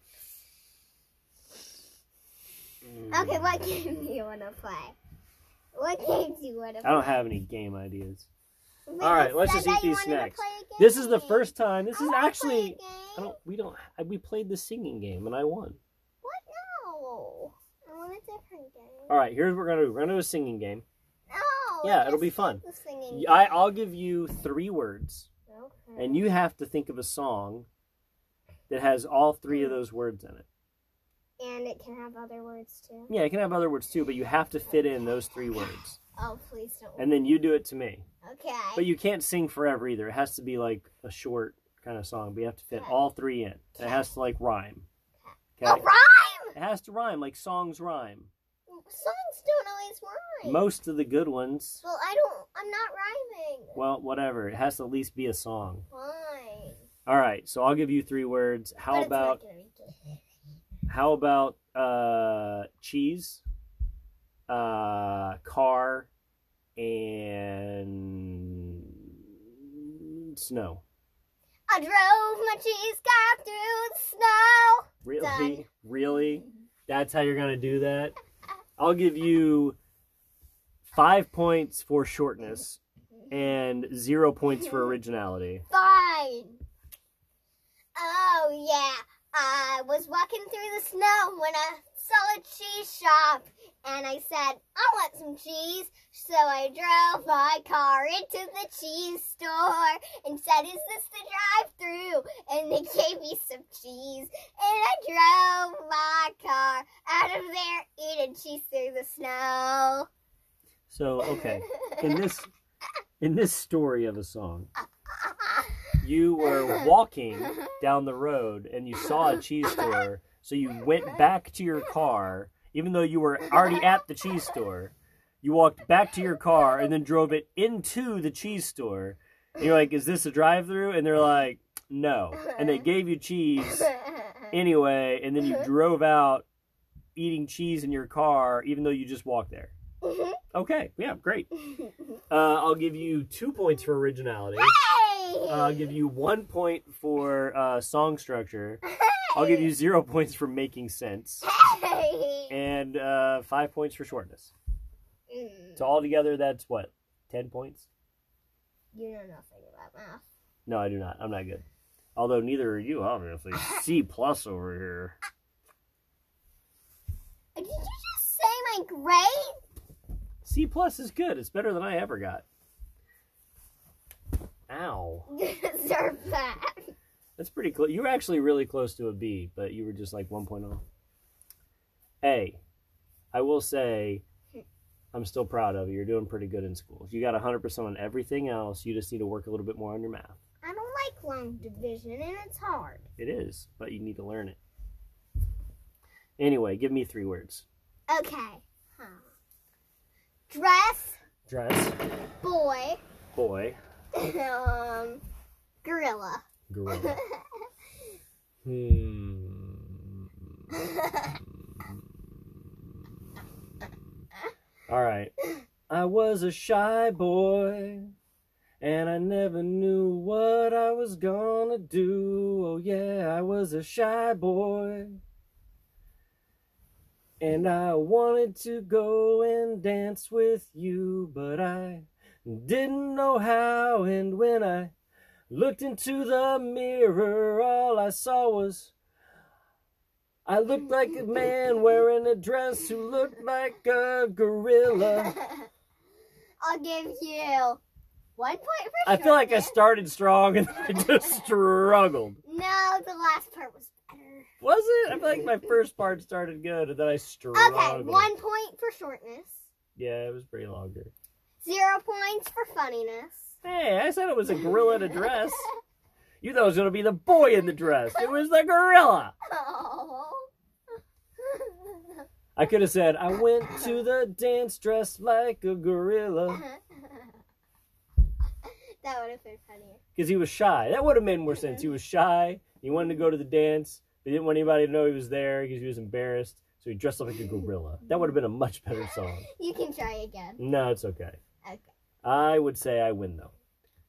A: Okay, what game do you want to play? What game do you want to
B: I
A: play?
B: don't have any game ideas.
A: Wait,
B: All right,
A: it
B: let's
A: said
B: just
A: that
B: eat
A: you
B: these
A: wanted to
B: snacks.
A: play a
B: This is the
A: game.
B: first time. This
A: I
B: is
A: wanna play a
B: actually. I
A: game.
B: don't. We don't. I- We played the singing game and I won.
A: What? No. I want a different game.
B: All right. Here's what we're gonna do. We're gonna do a singing game.
A: No.
B: yeah,
A: I
B: it'll be
A: just
B: fun.
A: like The singing.
B: I, I'll give you three words,
A: Okay.
B: and you have to think of a song that has all three of those words in it.
A: And it can have other words too.
B: Yeah, it can have other words too, but you have to fit in those three words,
A: Oh, please don't.
B: and then you do it to me.
A: okay.
B: But you can't sing forever either. It has to be like a short kind of song. But you have to fit all three in. And it has to like rhyme.
A: A Oh, rhyme.
B: It has to rhyme, like songs rhyme.
A: Songs don't always rhyme.
B: Most of the good ones,
A: well, I don't. I'm not rhyming.
B: well, whatever. It has to at least be a song.
A: Fine.
B: All right, so I'll give you three words.
A: But
B: How
A: it's not
B: about
A: gonna be good.
B: how about uh, cheese, uh, car, and snow?
A: I drove my cheese car through the snow.
B: Really,
A: Done.
B: really? That's how you're gonna do that? I'll give you five points for shortness and zero points for originality.
A: Fine. Oh yeah, I was walking through the snow when I saw a cheese shop, and I said I want some cheese. So I drove my car into the cheese store and said, "Is this the drive-through?" And they gave me some cheese, and I drove my car out of there eating cheese through the snow.
B: So okay, in this in this story of a song, you were walking down the road and you saw a cheese store, so you went back to your car, even though you were already at the cheese store. You walked back to your car and then drove it into the cheese store. And you're like, "Is this a drive-through?" And they're like, No. And they gave you cheese anyway, and then you drove out eating cheese in your car, even though you just walked there. Okay, yeah, great. Uh, I'll give you two points for originality. Uh, I'll give you one point for uh, song structure. I'll give you zero points for making sense, and uh, five points for shortness.
A: Mm,
B: So altogether, that's what ten points.
A: You know nothing about math.
B: No, I do not. I'm not good. Although neither are you, obviously. C plus over here.
A: Uh, Did you just say my grade?
B: C plus is good. It's better than I ever got. Ow.
A: Deserve that.
B: That's pretty close. You were actually really close to a B, but you were just like one point off. A. I will say, I'm still proud of you. You're doing pretty good in school. You got 100% on everything else. You just need to work a little bit more on your math.
A: I don't like long division, and it's hard.
B: It is, but you need to learn it. Anyway, give me three words
A: Okay. Huh. Dress,
B: dress,
A: boy,
B: boy,
A: um, gorilla.
B: gorilla. Hmm. All right. I was a shy boy, and I never knew what I was gonna do. Oh, yeah, I was a shy boy. And I wanted to go and dance with you, but I didn't know how. And when I looked into the mirror, all I saw was I looked like a man wearing a dress who looked like a gorilla.
A: I'll give you one point for
B: I feel like I
A: shortness.
B: started strong and I just struggled.
A: No, the last part was better.
B: Was it? I feel like my first part started good and then I struggled.
A: Okay, one point for shortness,
B: Yeah, it was pretty longer.
A: zero points for funniness.
B: Hey, I said it was a gorilla in a dress. You thought it was going to be the boy in the dress. It was the gorilla.
A: Oh.
B: I could have said, I went to the dance dressed like a gorilla.
A: that would have been funnier.
B: because he was shy. That would have made more sense. He was shy. He wanted to go to the dance. He didn't want anybody to know he was there because he was embarrassed. So he dressed up like a gorilla. That would have been a much better song.
A: You can try again.
B: No, it's okay.
A: Okay.
B: I would say I win though.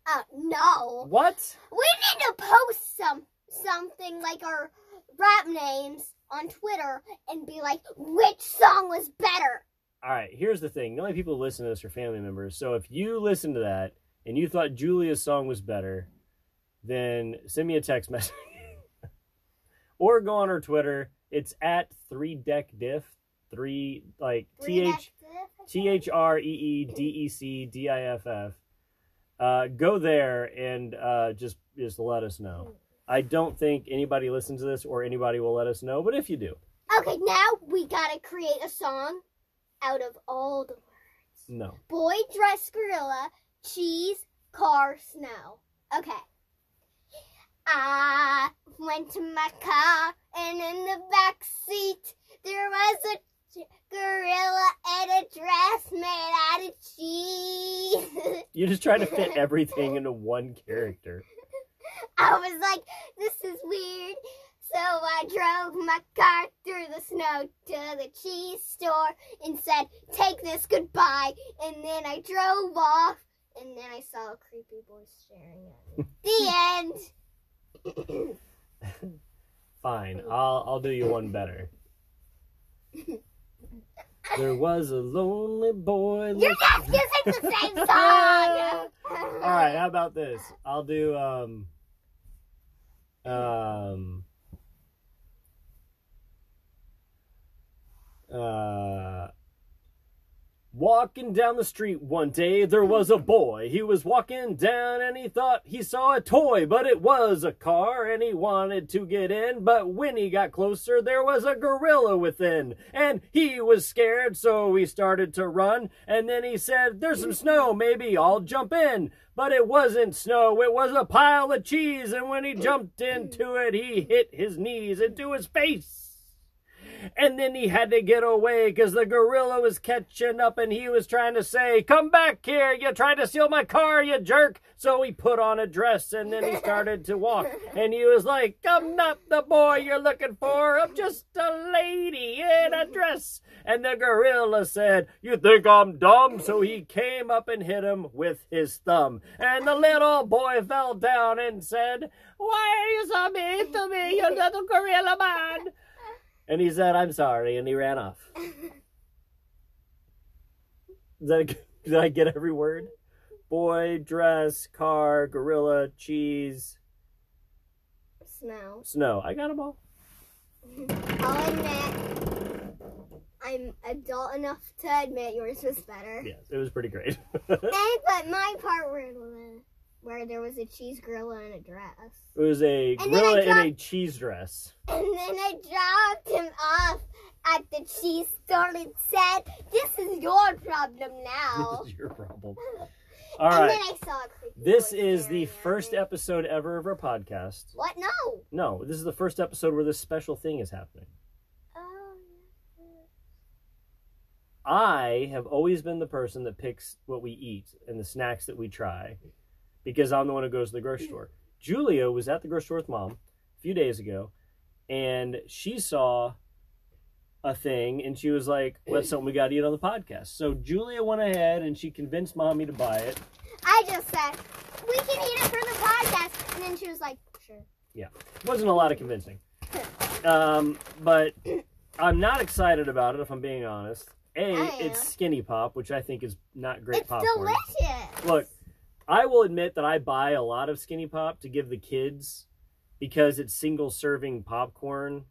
A: Oh no.
B: What?
A: We need to post some something like our rap names on Twitter and be like, which song was better?
B: All right. Here's the thing. The only people who listen to this are family members. So if you listen to that and you thought Julia's song was better, then send me a text message or go on her Twitter. It's at three deck diff three like
A: Three
B: t h
A: Dexter?
B: T H R E E D E C D I F F. Uh, go there and uh, just just let us know. I don't think anybody listens to this or anybody will let us know, but if you do,
A: Okay, now we gotta create a song out of all the
B: no.
A: boy dress gorilla cheese car snow. Okay. I went to my car and in the back seat there was a ch- gorilla in a dress made out of cheese.
B: You're just trying to fit everything into one character.
A: I was like, this is weird. So I drove my car through the snow to the cheese store and said, take this goodbye. And then I drove off and then I saw a creepy boy staring at me. the end.
B: Fine, I'll I'll do you one better. There was a lonely boy.
A: You're
B: look-
A: just using the same song.
B: All right, how about this? I'll do um um uh Walking down the street one day, there was a boy. He was walking down and he thought he saw a toy, but it was a car and he wanted to get in. But when he got closer, there was a gorilla within and he was scared, so he started to run. And then he said, There's some snow, maybe I'll jump in. But it wasn't snow, it was a pile of cheese. And when he jumped into it, he hit his knees into his face and then he had to get away because the gorilla was catching up and he was trying to say, Come back here, you tried to steal my car, you jerk. So he put on a dress and then he started to walk. And he was like, I'm not the boy you're looking for, I'm just a lady in a dress. And the gorilla said, You think I'm dumb? So he came up and hit him with his thumb. And the little boy fell down and said, Why are you so mean to me, you little gorilla man? And he said, I'm sorry, and he ran off. Did I, did I get every word? Boy, dress, car, gorilla, cheese,
A: Snow.
B: snow. I got them all.
A: I'll admit, I'm adult enough to admit yours was better.
B: Yes, it was pretty great.
A: And, but my part where, where there was a cheese gorilla in a dress.
B: It was a
A: then I
B: gorilla in a
A: dropped-
B: cheese dress.
A: And then I dropped him off at the cheese store and said, This is your problem now.
B: This is your problem. All
A: and
B: right.
A: then I saw a creepy
B: This
A: boy
B: is the
A: staring at
B: first
A: me.
B: episode ever of our podcast.
A: What? No.
B: No, this is the first episode where this special thing is happening.
A: Oh,
B: I have always been the person that picks what we eat and the snacks that we try because I'm the one who goes to the grocery store. Julia was at the grocery store with mom a few days ago and she saw a thing and she was like, well, that's something we got to eat on the podcast. So Julia went ahead and she convinced mommy to buy it.
A: I just said, We can eat it for the podcast. And then she was like, Sure.
B: wasn't a lot of convincing. Um, but I'm not excited about it if I'm being honest. A,
A: I am.
B: it's skinny pop, which I think is not great
A: it's
B: popcorn.
A: delicious.
B: Look, I will admit that I buy a lot of skinny pop to give the kids because it's single serving popcorn,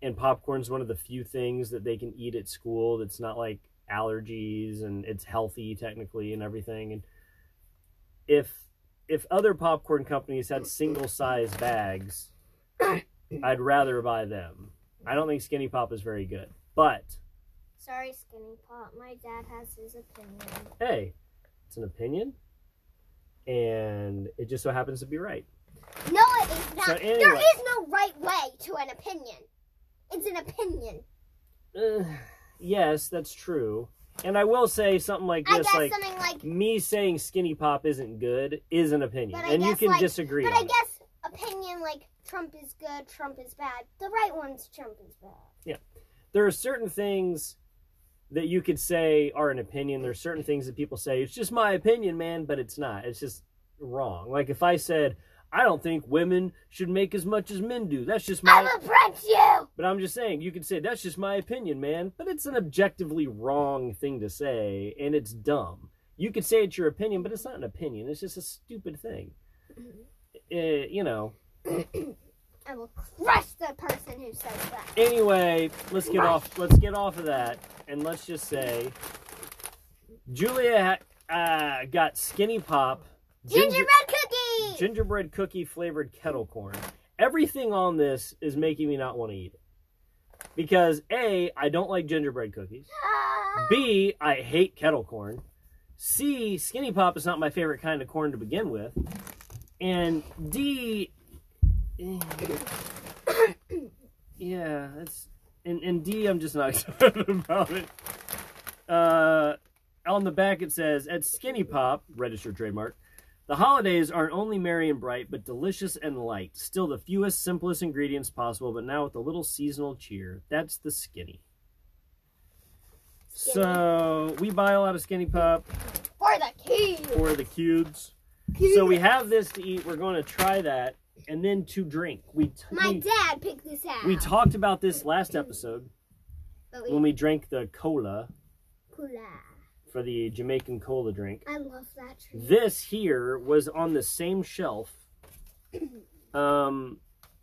B: and popcorn's one of the few things that they can eat at school that's not like allergies and it's healthy technically and everything. And if if other popcorn companies had single size bags, I'd rather buy them. I don't think skinny pop is very good, but
A: Sorry, Skinny Pop. My dad has his opinion.
B: hey, it's an opinion, and it just so happens to be right.
A: No, it is not.
B: So
A: There
B: anyway.
A: is no right way to an opinion. It's an opinion.
B: Uh, yes, that's true. And I will say something like
A: I
B: this:
A: guess
B: like
A: something like
B: me saying skinny pop isn't good is an opinion,
A: But I
B: and you
A: guess,
B: can
A: like-
B: disagree.
A: But
B: on
A: I
B: it.
A: guess opinion like Trump is good, Trump is bad. The right one's Trump is bad.
B: There are certain things that you could say are an opinion. There are certain things that people say it's just my opinion, man, but it's not. It's just wrong. Like if I said. I don't think women should make as much as men do. That's just my
A: I'm a French you.
B: But I'm just saying, you could say that's just my opinion, man, but it's an objectively wrong thing to say, and it's dumb. You could say it's your opinion, but it's not an opinion. It's just a stupid thing. Eh, you know.
A: I will crush the person who says that.
B: Anyway, let's get off. Let's get off of that, and let's just say, Julia ha- uh, got skinny pop, ginger-
A: Gingerbread cookie.
B: gingerbread cookie flavored kettle corn. Everything on this is making me not want to eat it because a I don't like gingerbread cookies.
A: Ah.
B: B, I hate kettle corn. C, skinny pop is not my favorite kind of corn to begin with. And D, eh, yeah, that's and, and D, I'm just not excited about it. Uh, on the back it says, at Skinny Pop, registered trademark, the holidays aren't only merry and bright, but delicious and light. Still the fewest, simplest ingredients possible, but now with a little seasonal cheer. That's the skinny.
A: Skinny.
B: So we buy a lot of skinny pop
A: For the key.
B: or the cubes. So we have this to eat. We're going to try that, and then to drink. We t-
A: My
B: we,
A: dad picked this out.
B: we talked about this last episode
A: but
B: when
A: we
B: we drank the cola
A: Kula.
B: for the Jamaican cola drink.
A: I love that tree.
B: This here was on the same shelf. Um,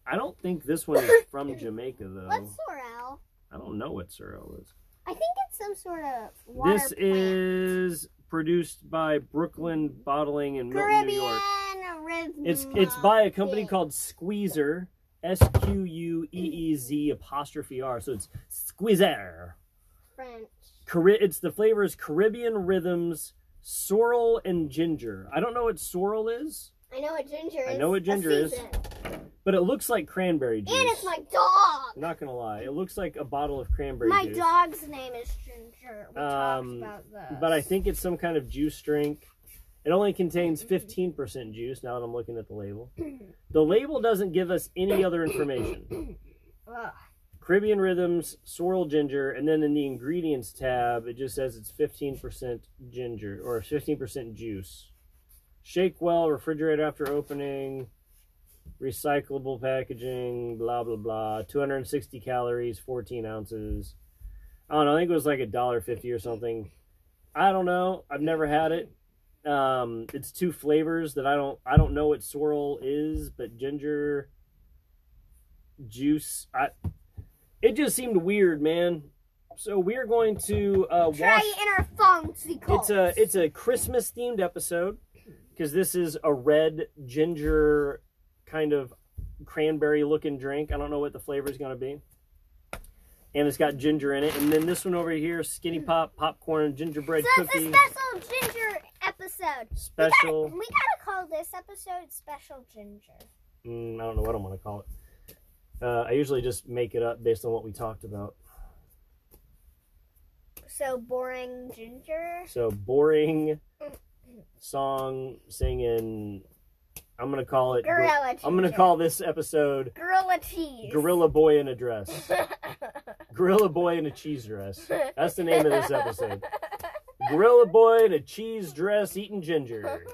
B: I don't think this one is from Jamaica though.
A: What's sorrel?
B: I don't know what sorrel is.
A: I think it's some sort of water
B: This
A: plant.
B: is produced by Brooklyn Bottling in Milton, New York.
A: Caribbean rhythm.
B: It's it's by a company
A: thing.
B: called Squeezer, S Q U E E Z apostrophe R. So it's Squeezer.
A: French.
B: Cari- it's the flavor is Caribbean rhythms, sorrel and ginger. I don't know what sorrel is,
A: I know what ginger is.
B: I know what ginger
A: a
B: is.
A: season.
B: But it looks like cranberry juice.
A: And it's my dog.
B: I'm not gonna lie, it looks like a bottle of cranberry
D: My
B: juice.
D: dog's name is Ginger. We
B: Um,
D: talked about this.
B: But I think it's some kind of juice drink. It only contains 15% juice now that I'm looking at the label. The label doesn't give us any other information.
D: Ugh.
B: Caribbean Rhythms, Swirl Ginger, and then in the ingredients tab, it just says it's 15% ginger or 15% juice. Shake well, refrigerate after opening, recyclable packaging, blah, blah, blah. 260 calories, 14 ounces. I don't know, I think it was like a dollar fifty or something. I don't know. I've never had it. Um, it's two flavors that I don't I don't know what swirl is, but ginger juice. I it just seemed weird, man. So we're going to uh,
D: Try
B: wash.
D: inner fancy
B: It's a it's a Christmas themed episode because this is a red ginger kind of cranberry looking drink. I don't know what the flavor is going to be. And it's got ginger in it. And then this one over here, skinny pop, popcorn, gingerbread
D: so it's
B: cookie
D: a special ginger episode.
B: special.
D: We gotta call this episode Special Ginger.
B: Mm, I don't know what I'm going to call it. Uh, I usually just make it up based on what we talked about.
D: So boring ginger.
B: So boring song singing. I'm going to call it.
D: Gorilla
B: I'm going to
D: ginger.
B: call this episode
D: Gorilla cheese.
B: Gorilla Boy in a Dress. Gorilla Boy in a Cheese Dress. That's the name of this episode. Gorilla Boy in a Cheese Dress eating ginger.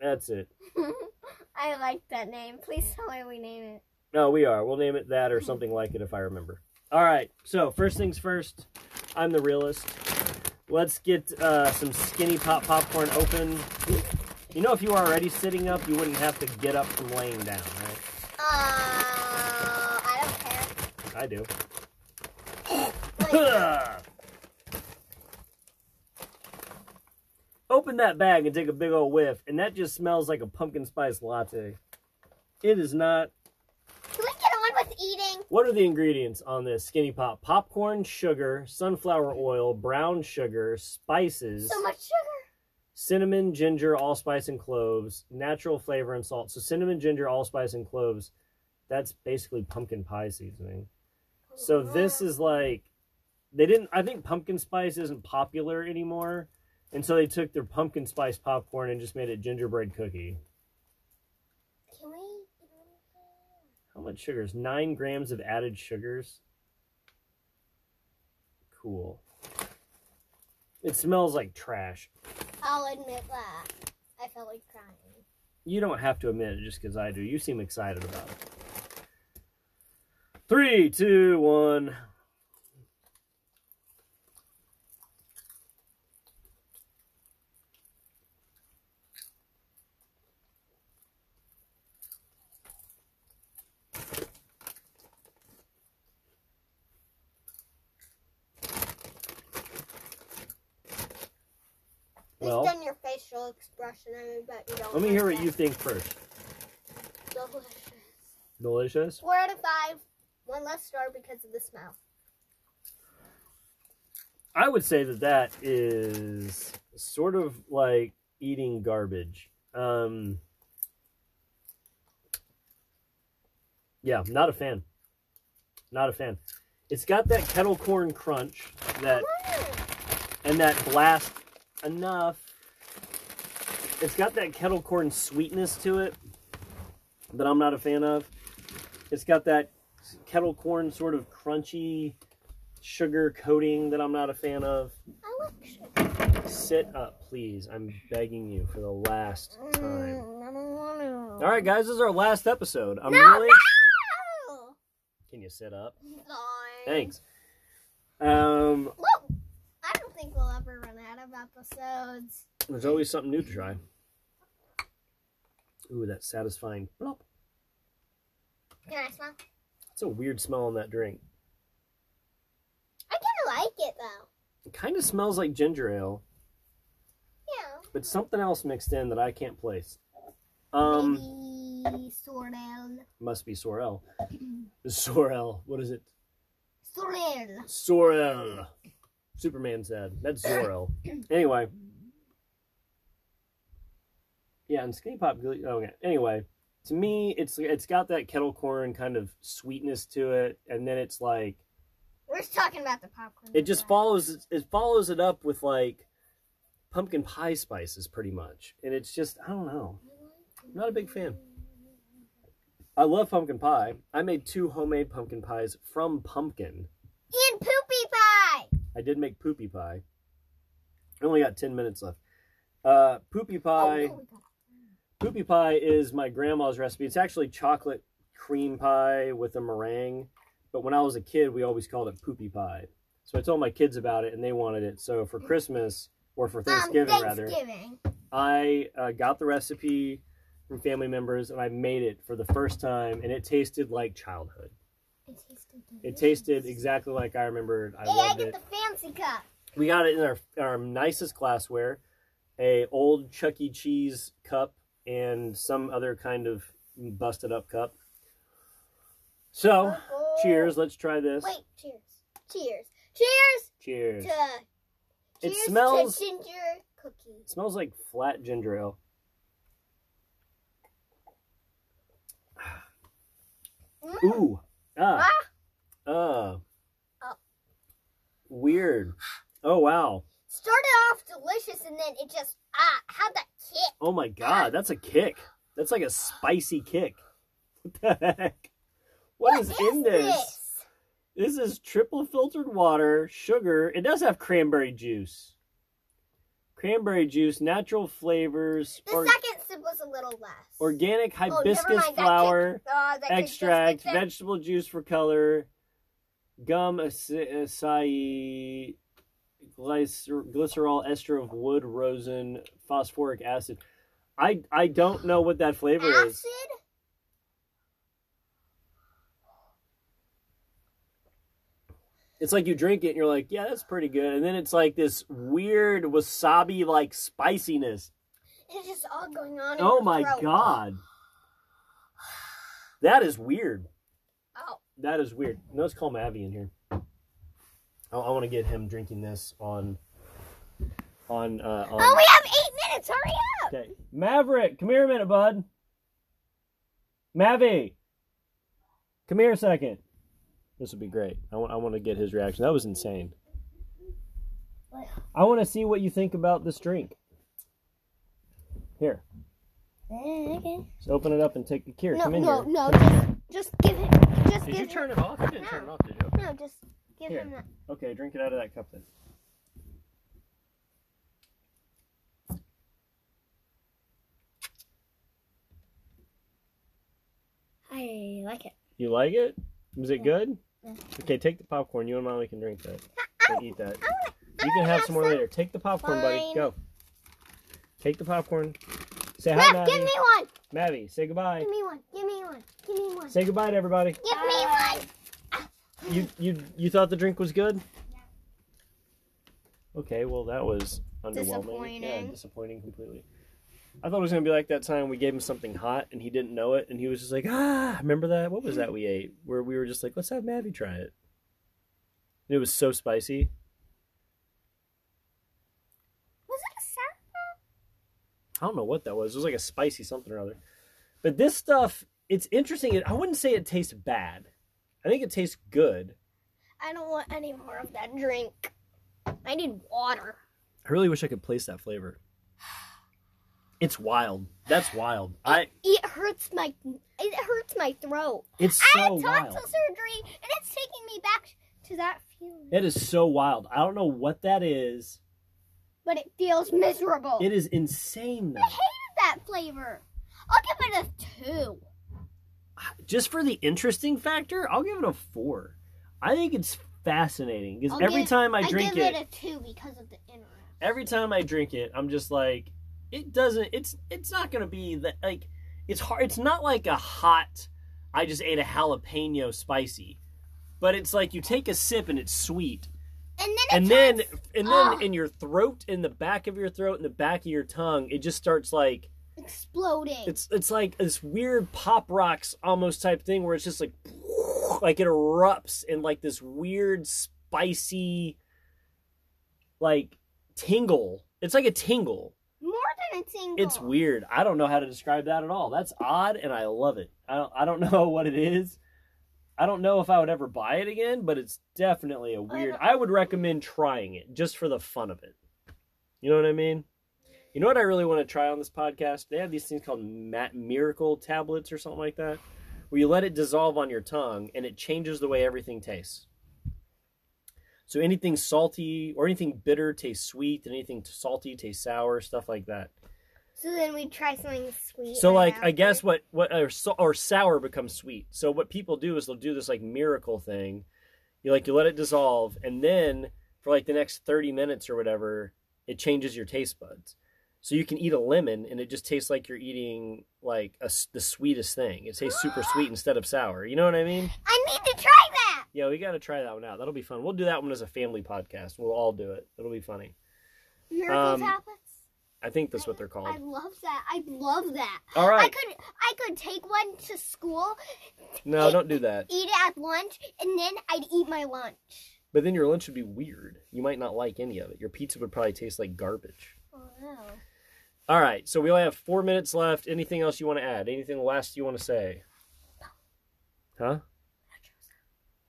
B: That's it.
D: I like that name. Please tell me we name it.
B: No, we are. We'll name it that or something like it if I remember. All right. So, first things first, I'm the realist. Let's get uh, some skinny pop popcorn open. You know, if you were already sitting up, you wouldn't have to get up from laying down, right?
A: Uh, I don't care.
B: I do. Open that bag and take a big old whiff, and that just smells like a pumpkin spice latte. It is not.
A: Can we get on with eating?
B: What are the ingredients on this skinny pop? Popcorn, sugar, sunflower oil, brown sugar, spices,
A: So much sugar.
B: cinnamon, ginger, allspice, and cloves, natural flavor and salt. So, cinnamon, ginger, allspice, and cloves, that's basically pumpkin pie seasoning.
A: Oh,
B: So, this is like, they didn't, I think pumpkin spice isn't popular anymore. And so, they took their pumpkin spice popcorn and just made it gingerbread cookie.
A: Can we?
B: How much sugars? Nine grams of added sugars. Cool. It smells like trash.
A: I'll admit that. I felt like crying.
B: You don't have to admit it just because I do. You seem excited about it. Three, two, one.
A: Well,
B: Well,
A: Based on your facial expression, I bet you don't.
B: let me
A: like
B: hear what
A: that.
B: you think first.
A: Delicious.
B: Delicious?
A: Four out of five. One less star because of the smell.
B: I would say that that is sort of like eating garbage. Um, yeah, not a fan. Not a fan. It's got that kettle corn crunch that and that blast enough. It's got that kettle corn sweetness to it that I'm not a fan of. It's got that kettle corn sort of crunchy sugar coating that I'm not a fan of.
A: I like sugar.
B: Sit up, please. I'm begging you for the last time.
A: Mm, I don't want
B: All right, guys, this is our last episode. I'm really.
A: to.
B: Can you sit up?
A: Fine.
B: Thanks. Um,
A: Well, I don't think we'll ever run out of episodes.
B: there's always something new to try. Ooh, that satisfying plop.
A: Can I smell?
B: It's a weird smell on that drink.
A: I kind of like it though.
B: It kind of smells like ginger ale,
A: Yeah.
B: but something else mixed in that I can't place. Um,
A: Maybe sorrel.
B: must be sorrel. Sorrel. What is it?
A: Sorrel.
B: Sorrel. Superman said. That's Zorel. anyway. Yeah, and Skinny Pop. Glee- Okay. Anyway, to me, it's it's got that kettle corn kind of sweetness to it, and then it's like
A: We're just talking about the popcorn.
B: it just follows it follows it up with like pumpkin pie spices, pretty much. And it's just I don't know, I'm not a big fan. I love pumpkin pie. I made two homemade pumpkin pies from pumpkin.
A: And poopy pie.
B: I did make poopy pie. I only got ten minutes left. Uh, poopy pie.
A: Oh, no.
B: Poopy pie is my grandma's recipe. It's actually chocolate cream pie with a meringue. But when I was a kid, we always called it poopy pie. So I told my kids about it, and they wanted it. So for Christmas or for Thanksgiving,
A: um,
B: rather,
A: Thanksgiving.
B: I uh, got the recipe from family members and I made it for the first time, and it tasted like childhood.
A: It tasted
B: It tasted exactly like I remembered. I
A: Hey, I
B: loved
A: get
B: it.
A: the fancy cup.
B: We got it in our our nicest glassware, a old Chuck E. Cheese cup and some other kind of busted up cup. So, Oh, cheers. Let's try this.
A: Wait, cheers. Cheers. Cheers to
B: Cheers.
A: cheers
B: It smells.
A: to ginger cookies.
B: It smells like flat ginger ale.
A: Mm.
B: Ooh. Ah.
A: Ah.
B: Uh.
A: Oh.
B: Weird. Oh wow.
A: Started off delicious and then it just ah how'd that kick?
B: Oh my god, that's a kick. That's like a spicy kick. What the heck? what is, in this? This is triple filtered water, sugar. It does have cranberry juice. Cranberry juice, natural flavors,
A: The
B: or-
A: second sip was a little less.
B: organic
A: Oh, never
B: hibiscus
A: mind, that
B: flower,
A: Ah, that kick just
B: extract,
A: kicked in.
B: vegetable juice for color, gum ace- acai, glycer- glycerol ester of wood, rosin, phosphoric acid. I I don't know what that flavor is.
A: acid?
B: It's like you drink it and you're like, yeah, that's pretty good. And then it's like this weird wasabi like spiciness.
A: It's just all going on. in
B: Oh
A: your
B: my
A: throat.
B: god. That is weird.
A: Oh.
B: That is weird. Let's call Mavi in here. I, I want to get him drinking this on on uh on
A: Oh, we have eight minutes. Hurry up.
B: Okay. Maverick, come here a minute, bud. Mavi. Come here a second. This would be great. I want I want to get his reaction. That was insane. I want to see what you think about this drink. Here.
A: Okay.
B: Just open it up and take a here.
A: No,
B: come in
A: no,
B: here.
A: no. Just, just give it. Just give him.
B: it off? You didn't
A: turn it
B: off, did you?
A: No, just give
B: Here.
A: him that.
B: Okay, drink it out of that cup then.
A: I like it.
B: You like it? Was it good? Okay, take the popcorn. You and mommy can drink that. Or eat that. You can have some more later. Take the popcorn, buddy.
A: Fine.
B: Go. Take the popcorn. Say hi,
A: Rap, give
B: Mavi.
A: me one.
B: Mavi, say goodbye.
A: Give me one. Give me one. Give me one.
B: Say goodbye to everybody.
A: Give me
B: Uh.
A: one.
B: You you you thought the drink was good? Okay, well that was underwhelming. Yeah,
D: Disappointing.
B: disappointing completely. I thought it was gonna be like that time we gave him something hot and he didn't know it and he was just like, ah, remember that? What was that we ate? Where we were just like, let's have Maddie try it. And it was so spicy.
D: Was it a sound?
B: I don't know what that was. It was like a spicy something or other. But this stuff, it's interesting. I wouldn't say it tastes bad. I think it tastes good.
A: I don't want any more of that drink. I need water.
B: I really wish I could place that flavor. It's wild. That's wild. I.
A: It hurts my it hurts my throat.
B: It's
A: I
B: so
A: had tonsil
B: wild.
A: surgery and it's taking me back to that feeling.
B: It is so wild. I don't know what that is.
A: But it feels miserable.
B: It is insane though.
A: I hated that flavor. I'll give it a two.
B: Just for the interesting factor, I'll give it a four. I think it's fascinating because
A: I'll
B: every
A: give-
B: time I
A: I
B: drink
A: give
B: it,
A: it, a two because of the inner.
B: every time I drink it, I'm just like, it doesn't. It's it's not gonna be that like. It's hard. It's not like a hot. I just ate a jalapeno spicy, but it's like you take a sip and it's sweet,
A: And then it
B: and then
A: turns-
B: and then
A: Ugh.
B: in your throat, in the back of your throat, in the back of your tongue, it just starts like
A: exploding.
B: it's it's like this weird pop rocks almost type thing where it's just like like it erupts in like this weird spicy like tingle. It's like a tingle.
A: more than kind of tingle.
B: It's weird. I don't know how to describe that at all. That's odd, and I love it. I don't, I don't know what it is. I don't know if I would ever buy it again, but it's definitely a weird.
D: don't-
B: I would recommend trying it just for the fun of it. You know what I mean? You know what I really want to try on this podcast? They have these things called ma- miracle tablets or something like that, where you let it dissolve on your tongue and it changes the way everything tastes. So anything salty or anything bitter tastes sweet, and anything salty tastes sour, stuff like that.
A: So then we try something sweet.
B: So
A: right
B: like I guess
A: after.
B: what what or, so, or sour becomes sweet. So what people do is they'll do this like miracle thing. You like you let it dissolve and then for like the next 30 minutes or whatever, it changes your taste buds. So you can eat a lemon and it just tastes like you're eating like a s the sweetest thing. It tastes super sweet instead of sour. You know what I mean?
A: I need to try that.
B: Yeah, we got to try that one out. That'll be fun. We'll do that one as a family podcast. We'll all do it. It'll be funny.
A: Miracle
B: Um,
A: tablets.
B: I think that's what they're
A: I
B: called.
A: love that. I love that.
B: All
A: I
B: right.
A: could I could take one to school,
B: No, don't do that.
A: eat it at lunch, and then I'd eat my lunch.
B: But then your lunch would be weird. You might not like any of it. Your pizza would probably taste like garbage.
A: Oh,
B: All right, so we only have four minutes left. Anything else you want to add? Anything last you want to say? Huh?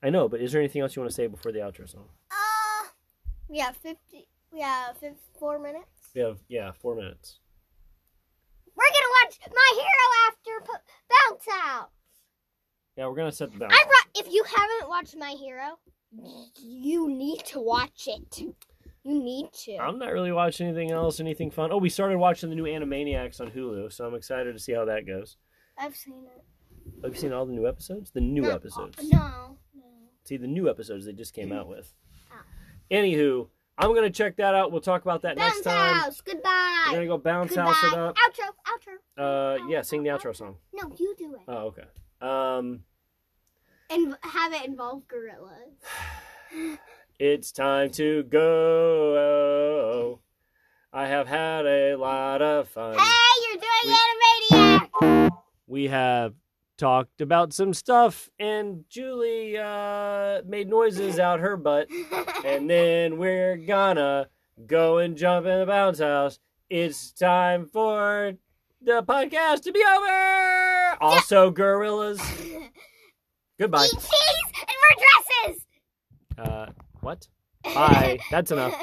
B: I know, but is there anything else you want to say before the outro song?
A: Uh, we have fifty. We have fif- four minutes.
B: We have yeah, four minutes.
A: We're gonna watch My Hero After po- Bounce Out.
B: Yeah, we're gonna set the bounce.
A: I brought. If you haven't watched My Hero, you need to watch it. You need to.
B: I'm not really watching anything else, anything fun. Oh, we started watching the new Animaniacs on Hulu, so I'm excited to see how that goes.
A: I've seen it.
B: Have you seen all the new episodes? The new
A: Not-
B: episodes.
A: No.
B: See the new episodes they just came out with.
A: Oh.
B: Anywho, I'm gonna check that out. We'll talk about that next
A: Bounce
B: time.
A: House. Goodbye.
B: We're gonna go bounce
A: Goodbye.
B: house it up.
A: Outro. Outro.
B: Uh, yeah, sing the outro song.
A: No, you do it.
B: Oh, okay. Um,
A: And have it involve gorillas.
B: it's time to go. I have had a lot of fun.
A: Hey, you're doing
B: we-
A: Animaniacs.
B: We have talked about some stuff, and Julie uh, made noises out her butt. And then we're gonna go and jump in the bounce house. It's time for the podcast to be over. Also, gorillas. Goodbye.
A: Eat cheese and wear dresses.
B: Uh, what? Bye. That's enough.